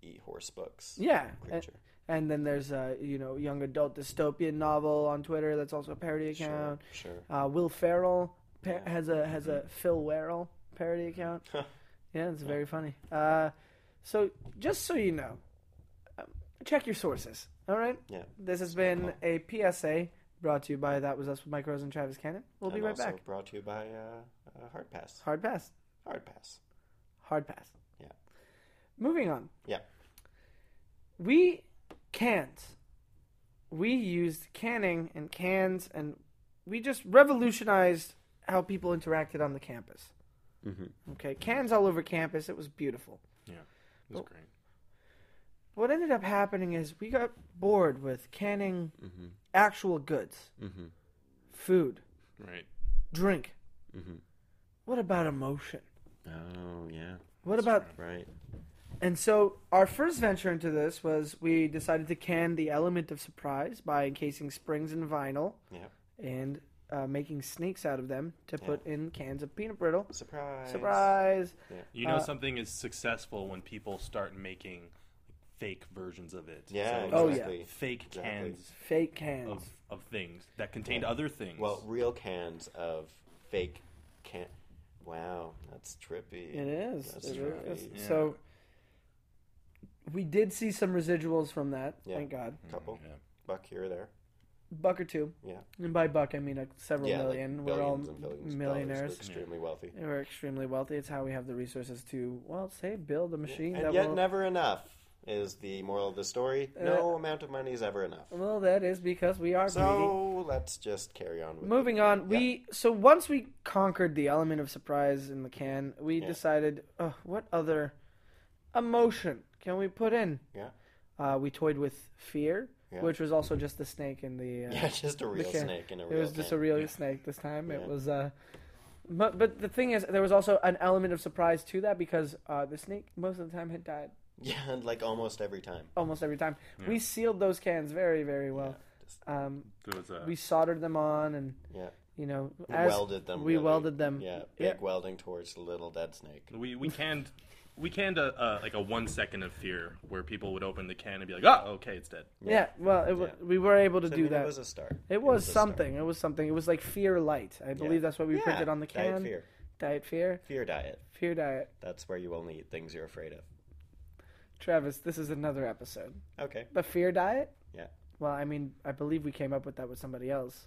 Speaker 2: e-horse books.
Speaker 1: Yeah. And,
Speaker 2: Creature.
Speaker 1: and then there's a you know young adult dystopian novel on Twitter that's also a parody account.
Speaker 2: Sure.
Speaker 1: Uh, Will Ferrell par- has a has a Phil Werrell parody account.
Speaker 2: Mm-hmm. Huh.
Speaker 1: yeah, it's very funny. Uh, so just so you know, um, check your sources. All right.
Speaker 2: Yeah.
Speaker 1: This has been a PSA brought to you by That Was Us with Mike Rose and Travis Cannon. We'll be
Speaker 2: and
Speaker 1: right
Speaker 2: also
Speaker 1: back.
Speaker 2: brought to you by uh, uh, Hard Pass.
Speaker 1: Hard pass.
Speaker 2: Hard Pass.
Speaker 1: Hard pass.
Speaker 2: Yeah.
Speaker 1: Moving on.
Speaker 2: Yeah.
Speaker 1: We can't. We used canning and cans, and we just revolutionized how people interacted on the campus.
Speaker 2: Mm-hmm,
Speaker 1: Okay, cans all over campus. It was beautiful.
Speaker 3: Yeah, that's great.
Speaker 1: What ended up happening is we got bored with canning
Speaker 2: mm-hmm,
Speaker 1: actual goods, food,
Speaker 3: Right.
Speaker 1: drink. What about emotion?
Speaker 2: mm-hmm. Oh yeah.
Speaker 1: What about
Speaker 2: Right.
Speaker 1: And so our first venture into this was we decided to can the element of surprise by encasing springs in vinyl
Speaker 2: Yeah.
Speaker 1: and uh, making snakes out of them to put in cans of peanut brittle.
Speaker 2: Surprise.
Speaker 1: Surprise!
Speaker 3: You know something is successful when people start making fake versions of it.
Speaker 2: Yeah.
Speaker 3: So,
Speaker 1: Oh, yeah.
Speaker 2: exactly.
Speaker 3: Fake cans
Speaker 1: Fake cans.
Speaker 2: Oh,
Speaker 3: of, of things that contained other things.
Speaker 2: Well, real cans of fake can. Wow, that's trippy.
Speaker 1: It is.
Speaker 2: That's
Speaker 1: It
Speaker 2: right,
Speaker 1: is.
Speaker 3: yeah.
Speaker 1: So we did see some residuals from that.
Speaker 2: Yeah.
Speaker 1: Thank God,
Speaker 2: Couple
Speaker 3: Mm, Yeah.
Speaker 2: buck here or there.
Speaker 1: buck or two.
Speaker 2: Yeah.
Speaker 1: And by buck, I mean like several
Speaker 2: Yeah,
Speaker 1: million.
Speaker 2: like
Speaker 1: We're all
Speaker 2: billions and billions of dollars.
Speaker 1: millionaires.
Speaker 2: We're extremely wealthy.
Speaker 1: We're extremely wealthy. It's how we have the resources to, well, say, build a machine
Speaker 2: And
Speaker 1: that
Speaker 2: yet,
Speaker 1: will.
Speaker 2: never enough is the moral of the story.
Speaker 1: Uh,
Speaker 2: no amount of money is ever enough.
Speaker 1: Well, that is because we are greedy.
Speaker 2: So let's just carry on. With
Speaker 1: Moving on, we so once we conquered the element of surprise in the can, we decided, uh, what other emotion can we put in?
Speaker 2: Yeah.
Speaker 1: Uh, we toyed with fear,
Speaker 2: Yeah.
Speaker 1: which was also just the snake in the. Uh,
Speaker 2: Yeah, just a
Speaker 1: the
Speaker 2: real
Speaker 1: can.
Speaker 2: snake and a
Speaker 1: It
Speaker 2: real.
Speaker 1: was just a
Speaker 2: can.
Speaker 1: real snake this time.
Speaker 2: Yeah.
Speaker 1: It was. Uh, but but the thing is, there was also an element of surprise to that because uh, the snake most of the time had died
Speaker 2: Yeah, and like almost every time.
Speaker 1: almost every time. We sealed those cans very very well.
Speaker 2: Just,
Speaker 1: Um,
Speaker 3: There was uh, a,
Speaker 1: we soldered them on and.
Speaker 2: yeah.
Speaker 1: you know,
Speaker 2: We
Speaker 1: as
Speaker 2: welded them.
Speaker 1: We
Speaker 2: really.
Speaker 1: welded them.
Speaker 2: Yeah, big
Speaker 1: Um, yeah.
Speaker 2: welding torch, little dead snake.
Speaker 3: we we canned we canned a, a like a one second of fear where people would open the can and be like, oh, okay, it's dead.
Speaker 1: Yeah, well, it, w
Speaker 2: Yeah.
Speaker 1: we were able to
Speaker 2: I
Speaker 1: do
Speaker 2: mean,
Speaker 1: that.
Speaker 2: It was a start.
Speaker 1: It was
Speaker 2: a start.
Speaker 1: something. It was something. It was like fear light. I believe that's what we
Speaker 2: Yeah,
Speaker 1: printed on the
Speaker 2: diet
Speaker 1: can.
Speaker 2: fear.
Speaker 1: Diet fear.
Speaker 2: Fear diet.
Speaker 1: Fear diet.
Speaker 2: That's where you only eat things you're afraid of.
Speaker 1: Travis, this is another episode.
Speaker 2: Okay.
Speaker 1: The fear diet?
Speaker 2: Yeah.
Speaker 1: Well, I mean, I believe we came up with that with somebody else.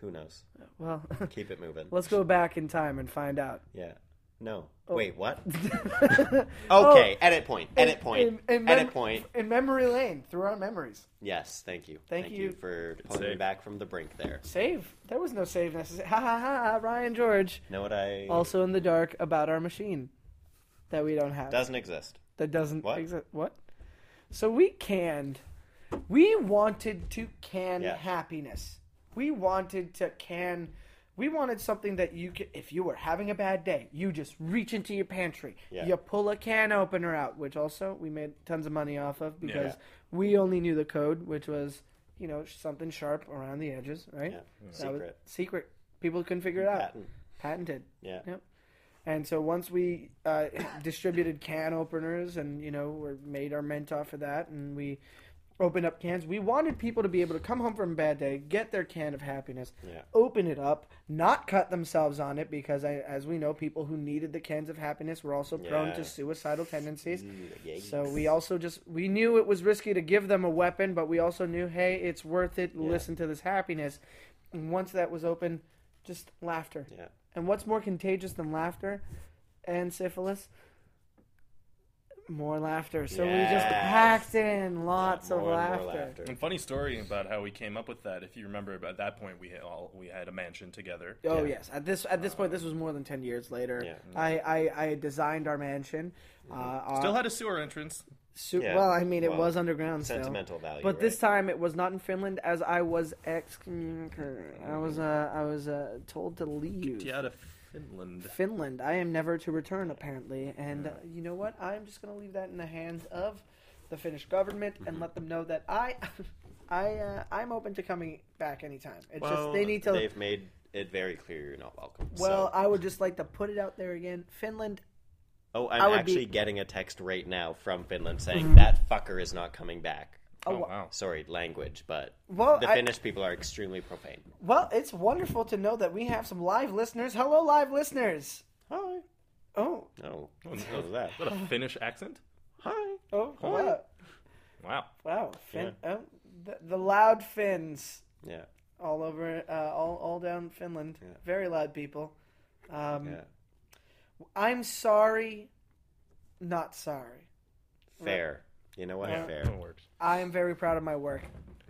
Speaker 2: Who knows?
Speaker 1: Well, oh.
Speaker 2: Keep it moving.
Speaker 1: let's go back in time and find out.
Speaker 2: Yeah. No. Wait, what?
Speaker 1: okay.
Speaker 2: Okay, edit point. Edit point. edit
Speaker 1: mem-
Speaker 2: point.
Speaker 1: In memory lane, through our memories.
Speaker 2: Yes, thank you.
Speaker 1: Thank
Speaker 2: you.
Speaker 1: you.
Speaker 2: for pulling me
Speaker 3: Safe.
Speaker 2: back from the brink there.
Speaker 1: Save. There was no save necessary. Ha ha ha, Ryan George.
Speaker 2: Know what I
Speaker 1: also in the dark about our machine that we don't have
Speaker 2: doesn't exist.
Speaker 1: that doesn't
Speaker 2: What?
Speaker 1: exist what so we canned we wanted to can
Speaker 2: Yeah.
Speaker 1: happiness we wanted to can we wanted something that you could if you were having a bad day you just reach into your pantry
Speaker 2: Yeah.
Speaker 1: you pull a can opener out which also we made tons of money off of because we only knew the code which was you know, something sharp around the edges, right?
Speaker 2: Yeah.
Speaker 1: That was-
Speaker 2: Secret.
Speaker 1: secret. People couldn't figure it out.
Speaker 2: Patent.
Speaker 1: Patented.
Speaker 2: Yeah.
Speaker 1: Yep. And so once we uh, distributed can openers and, you know, we made our mint off of that and we opened up cans, we wanted people to be able to come home from a bad day, get their can of happiness,
Speaker 2: Yeah.
Speaker 1: open it up, not cut themselves on it because, I, as we know, people who needed the cans of happiness were also prone
Speaker 2: Yeah.
Speaker 1: to suicidal tendencies.
Speaker 2: Mm,
Speaker 1: So
Speaker 2: yikes.
Speaker 1: we also just we knew it was risky to give them a weapon, but we also knew, hey, it's worth it. Listen to this happiness. And once that was open, just laughter.
Speaker 2: Yeah.
Speaker 1: And what's more contagious than laughter and syphilis? More laughter. So we just
Speaker 2: Yes.
Speaker 1: packed in lots
Speaker 2: Yeah,
Speaker 1: of
Speaker 2: more and
Speaker 1: laughter.
Speaker 2: more laughter.
Speaker 3: And funny story about how we came up with that. If you remember, at that point we had all we had a mansion together.
Speaker 1: Oh
Speaker 2: Yeah.
Speaker 1: yes, at this at this point, this was more than ten years later.
Speaker 2: Yeah. Mm-hmm.
Speaker 1: I, I I had designed our mansion. Uh, our-
Speaker 3: Still had a sewer entrance.
Speaker 1: su-
Speaker 2: Yeah.
Speaker 1: Well, I mean, it
Speaker 2: Well,
Speaker 1: was underground. still.
Speaker 2: Sentimental value.
Speaker 1: But this
Speaker 2: right?
Speaker 1: time it was not in Finland, as I was excommunicated. I was uh, I was uh, told to leave
Speaker 3: Yeah, out of Finland.
Speaker 1: Finland. I am never to return, apparently. And uh, you know what? I'm just gonna leave that in the hands of the Finnish government and let them know that I, I, uh, I'm open to coming back anytime. It's just
Speaker 3: Well,
Speaker 1: they need to.
Speaker 2: They've made it very clear you're not welcome.
Speaker 1: well,
Speaker 2: so-
Speaker 1: I would just like to put it out there again. Finland,
Speaker 2: Oh, I'm
Speaker 1: I would be- Mm-hmm.
Speaker 2: actually getting a text right now from Finland saying that fucker is not coming back.
Speaker 3: Oh
Speaker 1: wa-
Speaker 3: wow.
Speaker 2: Sorry, language, but
Speaker 1: Well,
Speaker 2: the
Speaker 1: I-
Speaker 2: Finnish people are extremely profane.
Speaker 1: well, it's wonderful to know that we have some live listeners. Hello, live listeners.
Speaker 2: Hi.
Speaker 1: Oh,
Speaker 2: No, no, that.
Speaker 3: What a Finnish accent.
Speaker 2: Hi.
Speaker 1: oh,
Speaker 2: Hi.
Speaker 1: wow.
Speaker 3: Wow.
Speaker 1: Wow, Fin. Oh, the, the loud Finns
Speaker 2: Yeah,
Speaker 1: all over, uh, all all down Finland.
Speaker 2: Yeah.
Speaker 1: Very loud people. Um,
Speaker 2: yeah.
Speaker 1: I'm sorry, not sorry.
Speaker 2: Fair. You know what?
Speaker 1: Mm. Yeah.
Speaker 2: Fair.
Speaker 3: That works.
Speaker 1: I am very proud of my work.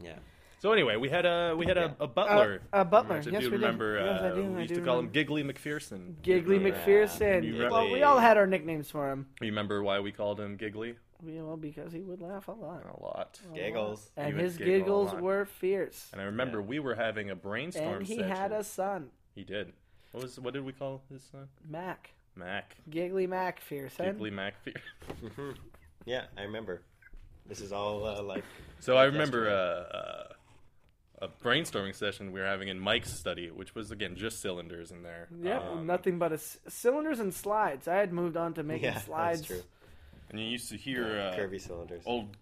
Speaker 2: Yeah.
Speaker 3: So anyway, we had a we had a, a
Speaker 1: Uh,
Speaker 3: butler.
Speaker 1: uh, Butler.
Speaker 3: If
Speaker 1: yes,
Speaker 3: you
Speaker 1: we
Speaker 3: remember,
Speaker 1: did. Yes, I
Speaker 3: uh,
Speaker 1: do,
Speaker 3: we
Speaker 1: I
Speaker 3: used
Speaker 1: do
Speaker 3: to call him
Speaker 1: remember.
Speaker 3: Giggly McPherson.
Speaker 1: Giggly
Speaker 2: Yeah.
Speaker 1: McPherson.
Speaker 3: You
Speaker 1: Well, we all had our nicknames for him.
Speaker 3: You remember why we called him Giggly?
Speaker 1: We- Well, because he would laugh a lot,
Speaker 3: A lot.
Speaker 1: Oh,
Speaker 2: Giggles.
Speaker 1: and
Speaker 3: would
Speaker 1: his
Speaker 3: giggle a
Speaker 1: giggles
Speaker 3: lot.
Speaker 1: were fierce.
Speaker 3: And I remember we were having a brainstorm
Speaker 1: And he
Speaker 3: session.
Speaker 1: had a son,
Speaker 3: He did. What was what did we call his son?
Speaker 1: Mac.
Speaker 3: Mac.
Speaker 1: Giggly Mac Fearson.
Speaker 3: Giggly Mac.
Speaker 2: Yeah, I remember. This is all uh, like.
Speaker 3: So I remember uh, uh, a brainstorming session we were having in Mike's study, which was again just cylinders in there.
Speaker 1: Yep,
Speaker 3: Um,
Speaker 1: nothing but a c- cylinders and slides. I had moved on to making
Speaker 2: Yeah, that's
Speaker 1: slides.
Speaker 2: true.
Speaker 3: And you used to hear uh,
Speaker 2: Curvy cylinders.
Speaker 3: old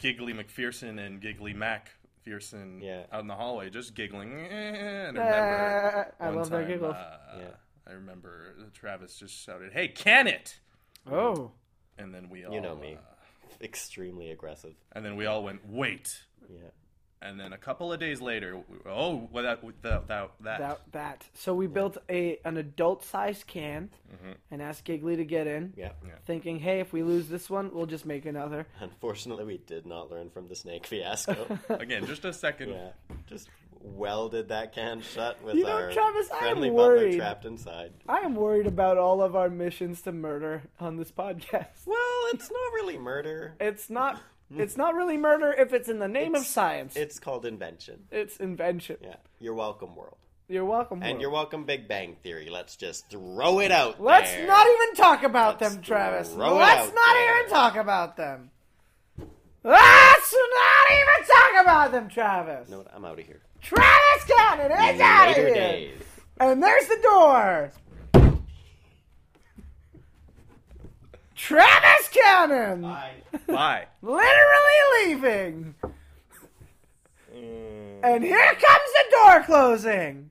Speaker 3: Giggly McPherson and Giggly Mac. Pearson
Speaker 2: Yeah.
Speaker 3: out in the hallway, just giggling. And I remember
Speaker 1: Ah, I
Speaker 3: one
Speaker 1: love their
Speaker 3: time,
Speaker 1: giggles.
Speaker 3: Uh,
Speaker 2: Yeah.
Speaker 3: I remember Travis just shouted, "Hey, can it!"
Speaker 1: oh,
Speaker 3: And then we all,
Speaker 2: you know me.
Speaker 3: uh,
Speaker 2: Extremely aggressive.
Speaker 3: and then we all went, "Wait!"
Speaker 2: Yeah.
Speaker 3: And then a couple of days later, we- oh, without without that, that,
Speaker 1: that that. So we built a an adult sized can and asked Giggly to get in,
Speaker 2: Mm-hmm. Yeah.
Speaker 1: thinking, hey, if we lose this one, we'll just make another.
Speaker 2: Unfortunately, we did not learn from the snake fiasco.
Speaker 3: again, just a second.
Speaker 2: yeah. Just welded that can shut with
Speaker 1: You know,
Speaker 2: our
Speaker 1: Travis, I am
Speaker 2: friendly
Speaker 1: worried.
Speaker 2: butler trapped inside.
Speaker 1: I am worried about all of our missions to murder on this podcast.
Speaker 2: Well, it's not really murder.
Speaker 1: It's not. It's not really murder if it's in the name of
Speaker 2: It's-
Speaker 1: science. It's,
Speaker 2: It's called invention.
Speaker 1: invention.
Speaker 2: Yeah. You're welcome, world.
Speaker 1: You're welcome.
Speaker 2: And
Speaker 1: world.
Speaker 2: you're welcome, Big Bang Theory. Let's just throw it out
Speaker 1: Let's
Speaker 2: there.
Speaker 1: not even talk about
Speaker 2: Let's
Speaker 1: them, Travis.
Speaker 2: throw it
Speaker 1: Let's
Speaker 2: out
Speaker 1: not
Speaker 2: there.
Speaker 1: even talk about them. Let's not even talk about them, Travis.
Speaker 2: You know what? I'm out of here.
Speaker 1: Travis Cannon is out of
Speaker 2: Later
Speaker 1: here.
Speaker 2: days.
Speaker 1: And there's the door. Travis Cannon,
Speaker 3: Bye.
Speaker 1: literally leaving.
Speaker 2: Mm.
Speaker 1: And here comes the door closing.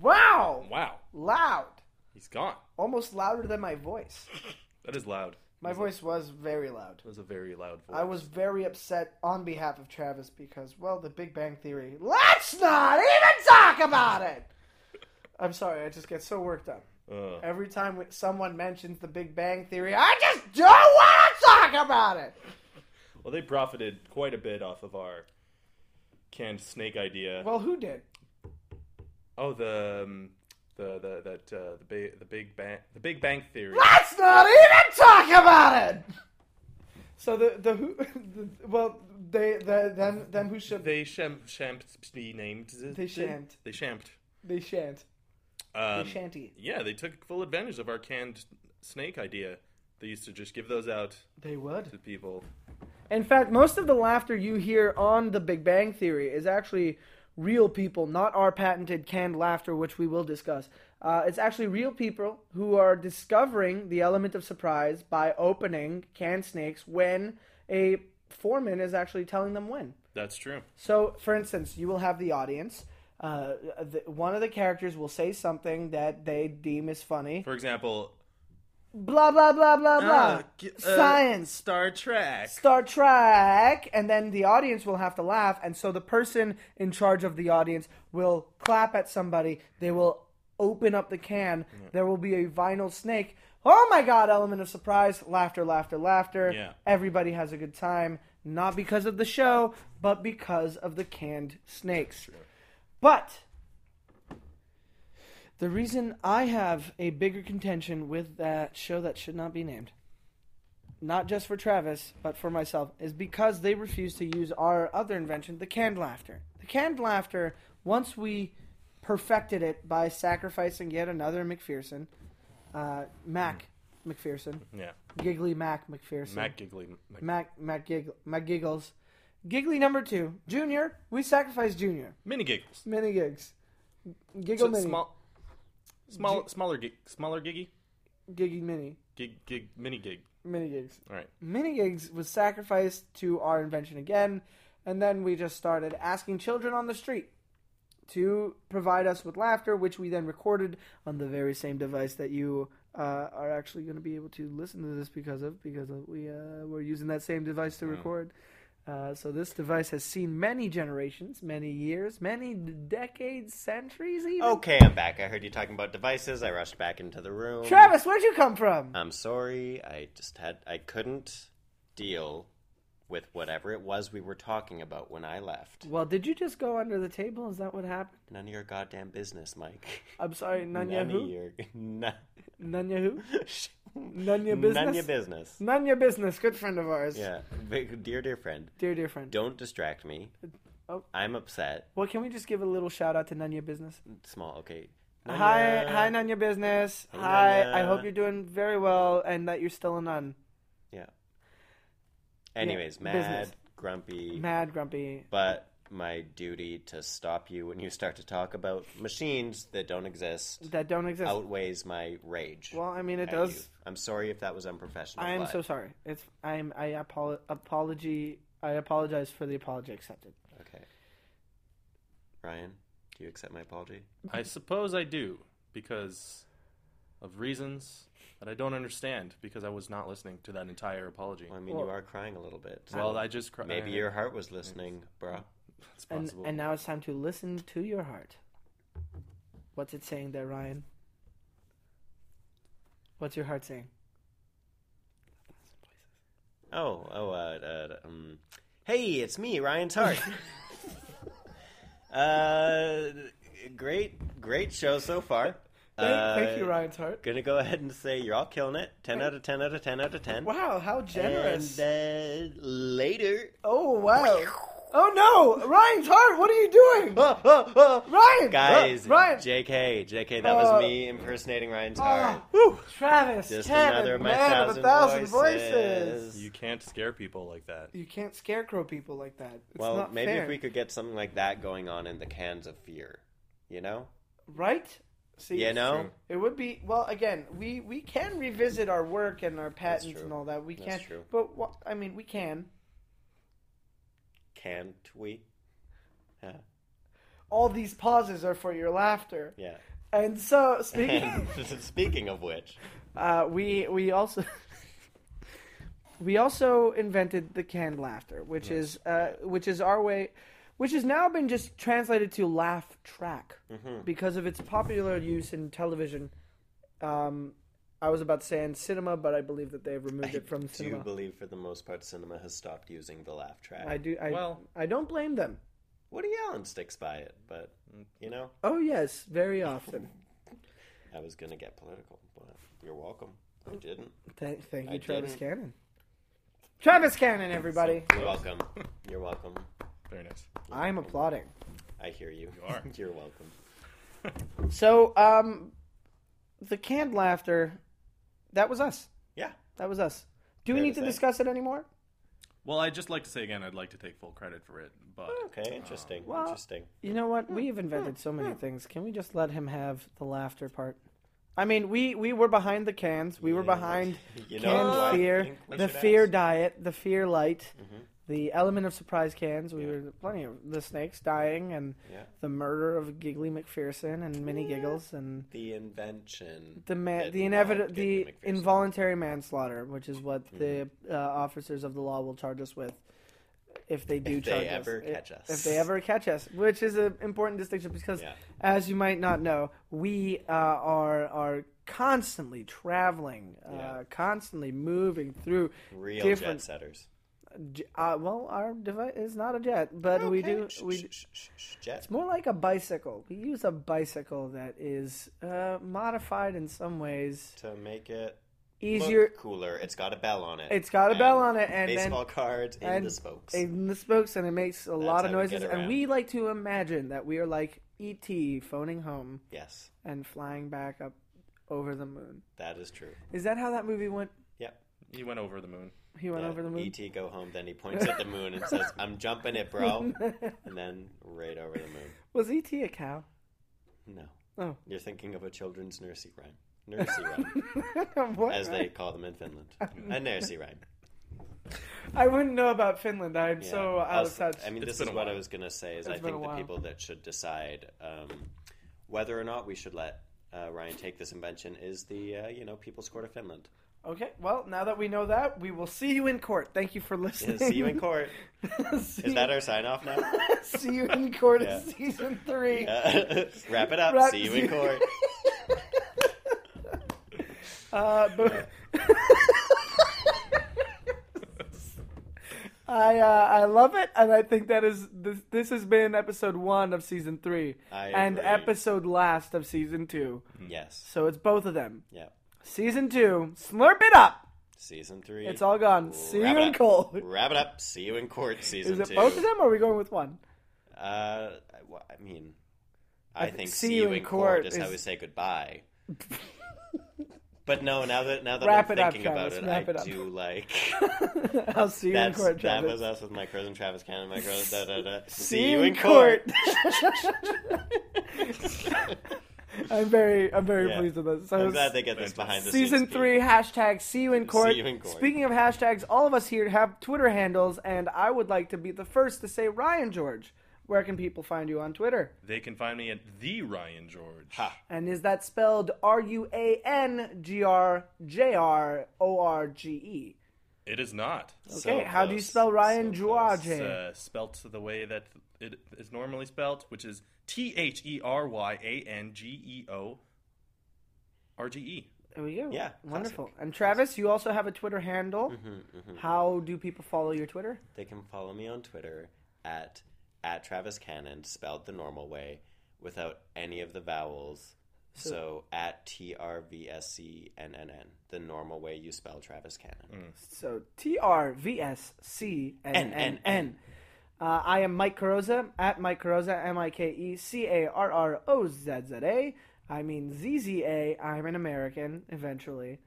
Speaker 1: Wow.
Speaker 3: Wow,
Speaker 1: Loud.
Speaker 3: he's gone.
Speaker 1: Almost louder than my voice.
Speaker 3: That is loud.
Speaker 1: My voice was very loud.
Speaker 3: That was a very loud voice.
Speaker 1: I was very upset on behalf of Travis because, well, the Big Bang Theory. Let's not even talk about it! I'm sorry, I just get so worked up.
Speaker 3: Ugh.
Speaker 1: Every time we- someone mentions the Big Bang Theory, I just don't want to talk about it!
Speaker 3: well, they profited quite a bit off of our canned snake idea.
Speaker 1: Well, who did?
Speaker 3: oh, the um, the the that uh, the big the big bang the Big Bang Theory.
Speaker 1: Let's not even talk about it! So the, the who, the, well, they, the, them, them who should,
Speaker 3: They sham shamped be named.
Speaker 1: They shamped.
Speaker 3: They shamped.
Speaker 1: they shan't. They
Speaker 3: Um,
Speaker 1: shanty.
Speaker 3: yeah, they took full advantage of our canned snake idea. They used to just give those out
Speaker 1: They would.
Speaker 3: to people.
Speaker 1: In fact, most of the laughter you hear on The Big Bang Theory is actually real people, not our patented canned laughter, which we will discuss. Uh, it's actually real people who are discovering the element of surprise by opening canned snakes when a foreman is actually telling them when.
Speaker 3: That's true.
Speaker 1: So, for instance, you will have the audience. Uh, the, one of the characters will say something that they deem is funny.
Speaker 3: For example,
Speaker 1: Blah blah blah blah blah.
Speaker 3: ah, g- uh,
Speaker 1: Science.
Speaker 3: Star Trek.
Speaker 1: Star Trek, and then the audience will have to laugh, and so the person in charge of the audience will clap at somebody. They will open up the can. There will be a vinyl snake. Oh my God! Element of surprise, laughter, laughter, laughter.
Speaker 3: Yeah.
Speaker 1: Everybody has a good time, not because of the show, but because of the canned snakes. But the reason I have a bigger contention with that show that should not be named, not just for Travis, but for myself, is because they refuse to use our other invention, the canned laughter. The canned laughter, once we perfected it by sacrificing yet another McPherson, uh, Mac McPherson,
Speaker 3: Yeah.
Speaker 1: Giggly Mac McPherson.
Speaker 3: Matt Giggly. Mac-
Speaker 1: Mac, Mac, Giggle, Mac Giggles. Giggly number two, Junior. We sacrificed Junior.
Speaker 3: mini giggles.
Speaker 1: Mini gigs. Giggle
Speaker 3: So
Speaker 1: mini.
Speaker 3: small, small, smaller gig, smaller giggy,
Speaker 1: Giggy mini.
Speaker 3: gig, gig, mini gig.
Speaker 1: Mini gigs.
Speaker 3: All right.
Speaker 1: Mini gigs was sacrificed to our invention again, and then we just started asking children on the street to provide us with laughter, which we then recorded on the very same device that you uh, are actually going to be able to listen to this because of because of, we uh, were using that same device to record. Uh, so this device has seen many generations, many years, many d- decades, centuries, even.
Speaker 2: Okay, I'm back. I heard you talking about devices. I rushed back into the room.
Speaker 1: Travis, where'd you come from?
Speaker 2: I'm sorry. I just had I couldn't deal with whatever it was we were talking about when I left.
Speaker 1: well, did you just go under the table? Is that what happened?
Speaker 2: None of your goddamn business, Mike.
Speaker 1: I'm sorry, Nanya
Speaker 2: None of
Speaker 1: who?
Speaker 2: your none,
Speaker 1: Nanya who? None your business.
Speaker 2: none your business.
Speaker 1: None your business. Good friend of ours.
Speaker 2: Yeah, Big- dear dear friend,
Speaker 1: Dear, dear friend.
Speaker 2: don't distract me.
Speaker 1: Oh.
Speaker 2: I'm upset.
Speaker 1: Well, can we just give a little shout out to None Your Business?
Speaker 2: Small. Okay.
Speaker 1: Hi,
Speaker 2: Nanya.
Speaker 1: hi, None Your Business.
Speaker 2: Hey,
Speaker 1: hi,
Speaker 2: Nanya.
Speaker 1: I hope you're doing very well and that you're still a nun.
Speaker 2: Yeah. Anyways, mad,
Speaker 1: business.
Speaker 2: grumpy,
Speaker 1: Mad, grumpy.
Speaker 2: but my duty to stop you when you start to talk about machines that don't exist
Speaker 1: That don't exist.
Speaker 2: outweighs my rage.
Speaker 1: Well, I mean, it
Speaker 2: at you.
Speaker 1: does.
Speaker 2: I'm sorry if that was unprofessional.
Speaker 1: I am
Speaker 2: but
Speaker 1: so sorry. It's I'm I apo- apology. I apologize for the apology accepted.
Speaker 2: okay. Ryan, do you accept my apology?
Speaker 3: I suppose I do because of reasons that I don't understand because I was not listening to that entire apology.
Speaker 2: Well, I mean,
Speaker 1: Well-
Speaker 2: you are crying a little bit. so
Speaker 3: Well, I just cried.
Speaker 2: maybe your heart was listening, bruh.
Speaker 3: It's
Speaker 1: And
Speaker 3: possible.
Speaker 1: and now it's time to listen to your heart. What's it saying there, Ryan? What's your heart saying?
Speaker 2: Oh, oh, uh, uh um, hey, it's me, Ryan's Hart. uh, great, great show so far.
Speaker 1: Thank,
Speaker 2: uh,
Speaker 1: thank you, Ryan's heart.
Speaker 2: Gonna go ahead and say you're all killing it. Ten out of ten out of ten out of ten.
Speaker 1: Wow, how generous!
Speaker 2: And uh, later.
Speaker 1: oh wow! Oh no, Ryan's heart. What are you doing, Ryan?
Speaker 2: Guys,
Speaker 1: Uh, Ryan.
Speaker 2: JK, JK, that was
Speaker 1: Uh,
Speaker 2: me impersonating Ryan's
Speaker 1: Ah,
Speaker 2: heart.
Speaker 1: whew, Travis,
Speaker 2: Just
Speaker 1: Kevin,
Speaker 2: another of my
Speaker 1: man
Speaker 2: thousand,
Speaker 1: of a thousand
Speaker 2: voices.
Speaker 3: you can't scare people like that.
Speaker 1: You can't scarecrow people like that. It's
Speaker 2: well,
Speaker 1: not
Speaker 2: maybe
Speaker 1: fair.
Speaker 2: if we could get something like that going on in the cans of fear, you know?
Speaker 1: right? See,
Speaker 2: You know?
Speaker 3: true.
Speaker 1: It would be well. Again, we we can revisit our work and our patents
Speaker 2: true.
Speaker 1: and all that. We
Speaker 2: That's
Speaker 1: can,
Speaker 2: true.
Speaker 1: but what I mean, we can.
Speaker 2: Can't we? Uh, Yeah.
Speaker 1: All these pauses are for your laughter.
Speaker 2: Yeah.
Speaker 1: And so,
Speaker 2: And
Speaker 1: speaking,
Speaker 2: speaking of which,
Speaker 1: uh, we we also we also invented the canned laughter, which is uh, which is our way, which has now been just translated to laugh track
Speaker 2: Mm-hmm.
Speaker 1: because of its popular use in television. Um, I was about to say in cinema, but I believe that they've removed it from
Speaker 2: do you
Speaker 1: cinema.
Speaker 2: believe for the most part cinema has stopped using the laugh track?
Speaker 1: I do. I,
Speaker 3: Well-
Speaker 1: I don't blame them.
Speaker 2: Woody Allen sticks by it, but you know,
Speaker 1: Oh yes, very often.
Speaker 2: I was gonna get political, but you're welcome. I didn't.
Speaker 1: thank, thank you,
Speaker 2: I
Speaker 1: Travis
Speaker 2: didn't.
Speaker 1: Cannon. Travis Cannon, everybody.
Speaker 2: You're welcome. You're welcome.
Speaker 3: Very nice.
Speaker 1: I'm applauding.
Speaker 2: I hear you. You
Speaker 3: are.
Speaker 2: You're welcome.
Speaker 1: So, um, the canned laughter, that was us.
Speaker 2: Yeah.
Speaker 1: that was us. Do we
Speaker 2: Fair
Speaker 1: need
Speaker 2: to
Speaker 1: to
Speaker 2: say.
Speaker 1: discuss it anymore?
Speaker 3: Well, I'd just like to say again, I'd like to take full credit for it, but uh,
Speaker 2: Okay, interesting.
Speaker 1: well-
Speaker 2: interesting.
Speaker 1: You know what? We have invented so many things. Can we just let him have the laughter part? I mean, we, we were behind the cans. We were
Speaker 2: Yeah.
Speaker 1: behind
Speaker 2: You know
Speaker 1: canned
Speaker 2: who I
Speaker 1: fear,
Speaker 2: think we
Speaker 1: the
Speaker 2: should
Speaker 1: fear
Speaker 2: ask? Mm-hmm.
Speaker 1: diet, the fear light, the element of surprise cans. We were plenty of the snakes dying and
Speaker 2: Yeah.
Speaker 1: the murder of Giggly McPherson and Minnie Giggles and
Speaker 2: The invention.
Speaker 1: the ma-
Speaker 2: that
Speaker 1: the
Speaker 2: involved
Speaker 1: inevitable
Speaker 2: Giggly
Speaker 1: the
Speaker 2: McPherson.
Speaker 1: involuntary manslaughter, which is what
Speaker 2: Mm-hmm.
Speaker 1: the uh, officers of the law will charge us with if they do
Speaker 2: If they
Speaker 1: charge
Speaker 2: ever
Speaker 1: us. If-
Speaker 2: catch us.
Speaker 1: If they ever catch us, which is an important distinction because
Speaker 2: Yeah.
Speaker 1: as you might not know, we uh, are are constantly traveling, uh,
Speaker 2: Yeah.
Speaker 1: constantly moving through
Speaker 2: Real
Speaker 1: different
Speaker 2: jet setters.
Speaker 1: j- uh, well, our device is not a jet, but we do
Speaker 2: Shh,
Speaker 1: we
Speaker 2: shh, shh, shh, shh, jet.
Speaker 1: it's more like a bicycle. We use a bicycle that is uh, modified in some ways.
Speaker 2: To make it
Speaker 1: Easier.
Speaker 2: look cooler. It's got a bell on it.
Speaker 1: It's got a bell on it, and then-
Speaker 2: baseball cards in
Speaker 1: and
Speaker 2: the spokes.
Speaker 1: In the spokes, and it makes a lot of
Speaker 2: how we get
Speaker 1: noises. And
Speaker 2: around.
Speaker 1: we like to imagine that we are like E.T. phoning home
Speaker 2: yes,
Speaker 1: and flying back up over the moon.
Speaker 2: that is true.
Speaker 1: Is that how that movie went?
Speaker 2: Yep.
Speaker 3: he went over the moon.
Speaker 1: He
Speaker 2: Uh,
Speaker 1: went over the moon.
Speaker 2: ET E go home. Then he points at the moon and says, "I'm jumping it, bro," and then right over the moon.
Speaker 1: Was E.T. a cow?
Speaker 2: No,
Speaker 1: Oh,
Speaker 2: you're thinking of a children's nursery rhyme. Nursery rhyme,
Speaker 1: what?
Speaker 2: as they call them in Finland. A nursery rhyme.
Speaker 1: I wouldn't know about Finland. I'm so
Speaker 2: Yeah.
Speaker 1: out of
Speaker 2: Also,
Speaker 1: touch.
Speaker 2: I mean,
Speaker 3: It's
Speaker 2: this
Speaker 3: been
Speaker 2: is
Speaker 3: a
Speaker 2: what I
Speaker 3: while.
Speaker 2: was going to say is I
Speaker 1: been a
Speaker 2: think the
Speaker 1: while.
Speaker 2: people that should decide um, whether or not we should let uh, Ryan take this invention is the uh, you know People's Court of Finland.
Speaker 1: Okay, well, now that we know that, we will see you in court. Thank you for
Speaker 2: Yeah,
Speaker 1: listening.
Speaker 2: see you in court.
Speaker 1: see,
Speaker 2: Is that our sign off now?
Speaker 1: see you in court
Speaker 2: Yeah.
Speaker 1: is season three.
Speaker 2: Yeah. Wrap it up.
Speaker 1: Wrap-
Speaker 2: see you in court.
Speaker 1: Uh, but I uh, I love it, and I think that is this, this has been episode one of season three,
Speaker 2: I
Speaker 1: and
Speaker 2: agree.
Speaker 1: episode last of season two.
Speaker 2: Mm, Yes.
Speaker 1: So it's both of them.
Speaker 2: Yeah.
Speaker 1: Season two, slurp it up.
Speaker 2: Season three.
Speaker 1: It's all gone.
Speaker 2: Wrap
Speaker 1: See
Speaker 2: it
Speaker 1: you in
Speaker 2: up.
Speaker 1: court.
Speaker 2: Wrap it up. See you in court. Season
Speaker 1: Is it
Speaker 2: two.
Speaker 1: both of them, or are we going with one?
Speaker 2: Uh, well, I mean, I,
Speaker 1: th-
Speaker 2: think see you in court, is how we say goodbye. but no, now that now that
Speaker 1: Wrap
Speaker 2: I'm
Speaker 1: it up,
Speaker 2: thinking about
Speaker 1: Travis,
Speaker 2: it,
Speaker 1: wrap
Speaker 2: I
Speaker 1: it up.
Speaker 2: do like
Speaker 1: I'll see you in
Speaker 2: that's
Speaker 1: court,
Speaker 2: that
Speaker 1: Travis.
Speaker 2: was us with my cousin Travis Cannon, my brother. Da, da, da.
Speaker 1: See
Speaker 2: See
Speaker 1: you
Speaker 2: you in
Speaker 1: in
Speaker 2: court.
Speaker 1: I'm very, I'm very
Speaker 2: Yeah.
Speaker 1: pleased with this. So
Speaker 2: I'm glad they get this behind the
Speaker 1: season
Speaker 2: scenes piece.
Speaker 1: three hashtag see you in court.
Speaker 2: See you in court.
Speaker 1: Speaking of hashtags, all of us here have Twitter handles, and I would like to be the first to say Ryan George. Where can people find you on Twitter?
Speaker 3: They can find me at the Ryan George.
Speaker 2: Ha.
Speaker 1: And is that spelled R U A N G R J R O R G E?
Speaker 3: It is not.
Speaker 2: So
Speaker 1: Okay, how do you
Speaker 2: close,
Speaker 1: spell Ryan
Speaker 2: so close.
Speaker 1: George?
Speaker 3: It's uh, spelt the way that it is normally spelt, which is T H E R Y A N G E O R G E.
Speaker 1: There we go.
Speaker 2: Yeah, Mm-hmm.
Speaker 1: wonderful. And Travis, you also have a Twitter handle. How do people follow your Twitter?
Speaker 2: They can follow me on Twitter at at Travis Cannon, spelled the normal way, without any of the vowels. So, at T R V S C N N N, the normal way you spell Travis Cannon.
Speaker 1: So T R V S C N N N. Uh, I am Mike Caroza at Mike Caroza M I K E C A R R O Z Z A. I mean Z Z A. I'm an American eventually.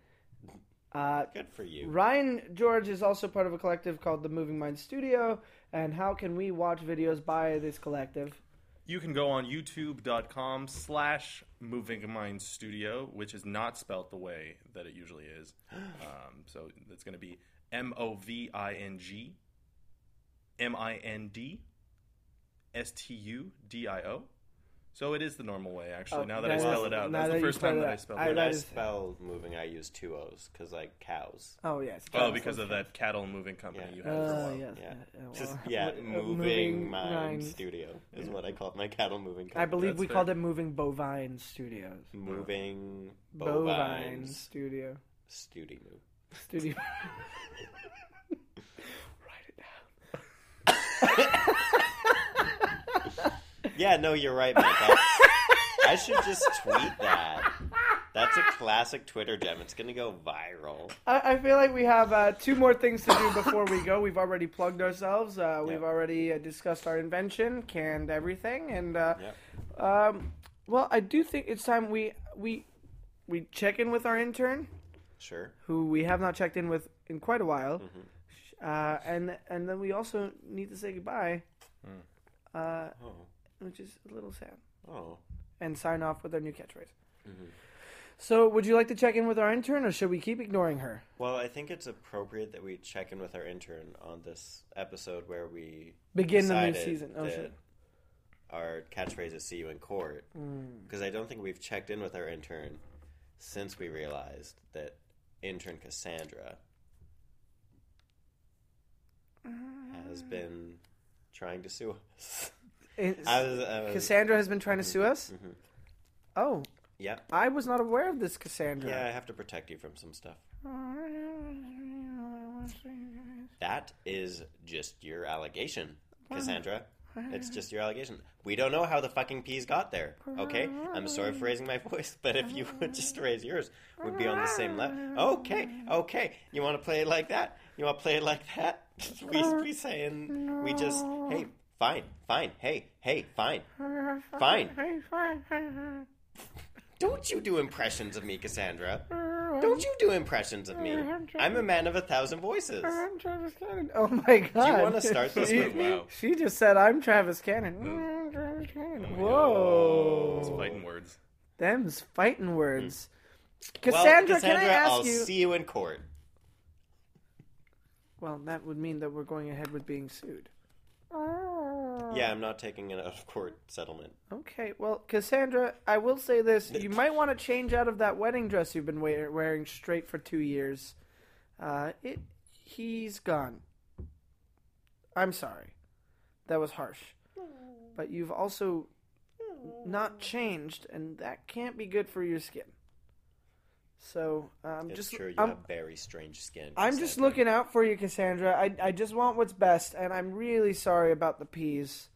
Speaker 2: Uh, Good for you.
Speaker 1: Ryan George is also part of a collective called the Moving Mind Studio. And how can we watch videos by this collective?
Speaker 3: You can go on youtube.com slash moving mind studio, which is not spelt the way that it usually is. Um, so it's going to be M O V I N G M I N D S T U D I O. So it is the normal way, actually.
Speaker 1: Oh,
Speaker 3: now that
Speaker 1: that
Speaker 3: I
Speaker 1: is-
Speaker 3: spell it out,
Speaker 1: now
Speaker 3: that's
Speaker 1: that
Speaker 3: the
Speaker 1: you
Speaker 3: first
Speaker 1: spell
Speaker 3: time
Speaker 1: it
Speaker 3: that I
Speaker 1: out.
Speaker 3: spelled
Speaker 1: I-
Speaker 2: When
Speaker 3: it.
Speaker 1: that
Speaker 2: I
Speaker 1: is-
Speaker 2: spell moving, I use two O's because like cows.
Speaker 1: Oh yes.
Speaker 3: Oh, because of that cattle moving company
Speaker 2: Yeah.
Speaker 3: you had for a
Speaker 1: Uh,
Speaker 3: while.
Speaker 1: yes.
Speaker 2: Yeah,
Speaker 1: uh, well,
Speaker 2: Just, yeah,
Speaker 1: uh,
Speaker 2: moving, mind
Speaker 1: minds.
Speaker 2: studio is what I called my cattle moving.
Speaker 1: I
Speaker 2: Company.
Speaker 1: believe
Speaker 3: That's
Speaker 1: we
Speaker 3: fair.
Speaker 1: called it Moving Bovine Studios.
Speaker 2: moving
Speaker 1: Bovine
Speaker 2: bovines
Speaker 1: Studio.
Speaker 2: studio.
Speaker 1: Studio.
Speaker 2: Yeah, no, you're right, Mike. That's- I should just tweet that. That's a classic Twitter gem. It's gonna go viral.
Speaker 1: I, I feel like we have uh, two more things to do before we go. We've already plugged ourselves. Uh, we've
Speaker 2: Yep.
Speaker 1: already uh, discussed our invention, canned everything, and uh,
Speaker 2: Yep.
Speaker 1: um, well, I do think it's time we we we check in with our intern.
Speaker 2: Sure.
Speaker 1: who we have not checked in with in quite a while. Uh, and and then we also need to say goodbye, uh,
Speaker 2: Oh.
Speaker 1: which is a little sad.
Speaker 2: Oh.
Speaker 1: And sign off with our new catchphrase. So, would you like to check in with our intern, or should we keep ignoring her?
Speaker 2: Well, I think it's appropriate that we check in with our intern on this episode where we
Speaker 1: Begin the new
Speaker 2: decided
Speaker 1: season. Oh,
Speaker 2: that
Speaker 1: shit.
Speaker 2: Our catchphrase is "See you in court,"
Speaker 1: Hmm.
Speaker 2: because I don't think we've checked in with our intern since we realized that intern Cassandra has
Speaker 1: Mm.
Speaker 2: been trying to sue us.
Speaker 1: It's-
Speaker 2: I was, Mm-hmm. I was-
Speaker 1: Cassandra has been trying to sue us. Oh,
Speaker 2: Yep.
Speaker 1: I was not aware of this, Cassandra.
Speaker 2: Yeah, I have to protect you from some stuff. That is just your allegation, Cassandra. It's just your allegation. We don't know how the fucking peas got there. Okay, I'm sorry for raising my voice, but if you would just raise yours, we'd be on the same level. Okay, okay. You want to play it like that? You want to play it like that? we we saying we just hey fine fine hey hey fine fine. Don't you do impressions of me, Cassandra? Don't you do impressions of me? I'm a man of a thousand voices.
Speaker 1: I'm Travis Cannon. Oh my god.
Speaker 2: wanna start this
Speaker 1: she,
Speaker 2: with
Speaker 3: wow.
Speaker 1: She just said, I'm Travis Cannon. Mm, Travis
Speaker 2: Oh
Speaker 1: Cannon. Whoa.
Speaker 3: It's fighting words.
Speaker 1: Them's fighting words.
Speaker 2: Mm. Well,
Speaker 1: Cassandra, can I ask
Speaker 2: will
Speaker 1: you?
Speaker 2: see you in court.
Speaker 1: Well, that would mean that we're going ahead with being sued. Um,
Speaker 2: Yeah, I'm not taking an out of court settlement.
Speaker 1: Okay, well, Cassandra, I will say this. You might want to change out of that wedding dress you've been wear- wearing straight for two years. Uh, it, he's gone. I'm sorry. That was harsh. But you've also not changed, and that can't be good for your skin. So, um,
Speaker 2: It's
Speaker 1: just
Speaker 2: true, you
Speaker 1: I'm-
Speaker 2: have very strange skin.
Speaker 1: I'm just
Speaker 2: Cassandra.
Speaker 1: looking out for you, Cassandra. I, I just want what's best, and I'm really sorry about the peas.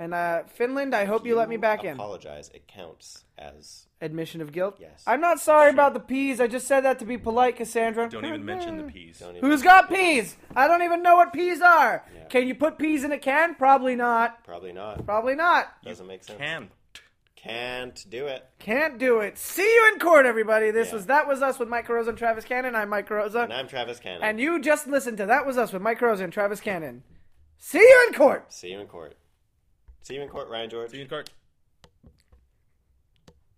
Speaker 1: And uh, Finland, I hope you, let me back in.
Speaker 2: Apologize. It counts as
Speaker 1: Admission of guilt.
Speaker 2: Yes.
Speaker 1: I'm not sorry about the peas. I just said that to be polite, Cassandra.
Speaker 3: Don't even mention the peas.
Speaker 2: don't even-
Speaker 1: Who's got peas? I don't even know what peas are.
Speaker 2: Yeah.
Speaker 1: Can you put peas in a can? Probably not.
Speaker 2: Probably not.
Speaker 1: Probably not.
Speaker 2: Doesn't make sense.
Speaker 3: Can.
Speaker 2: Can't do it.
Speaker 1: Can't do it. See you in court, everybody. This
Speaker 2: Yeah.
Speaker 1: was that was us with Mike Rosa and Travis Cannon. I'm Mike Rosa,
Speaker 2: And I'm Travis Cannon.
Speaker 1: Uh, and you just listened to that was us with Mike Rosa and Travis Cannon. See you in court.
Speaker 2: see you in court. See you in court, Ryan George.
Speaker 3: See you in court.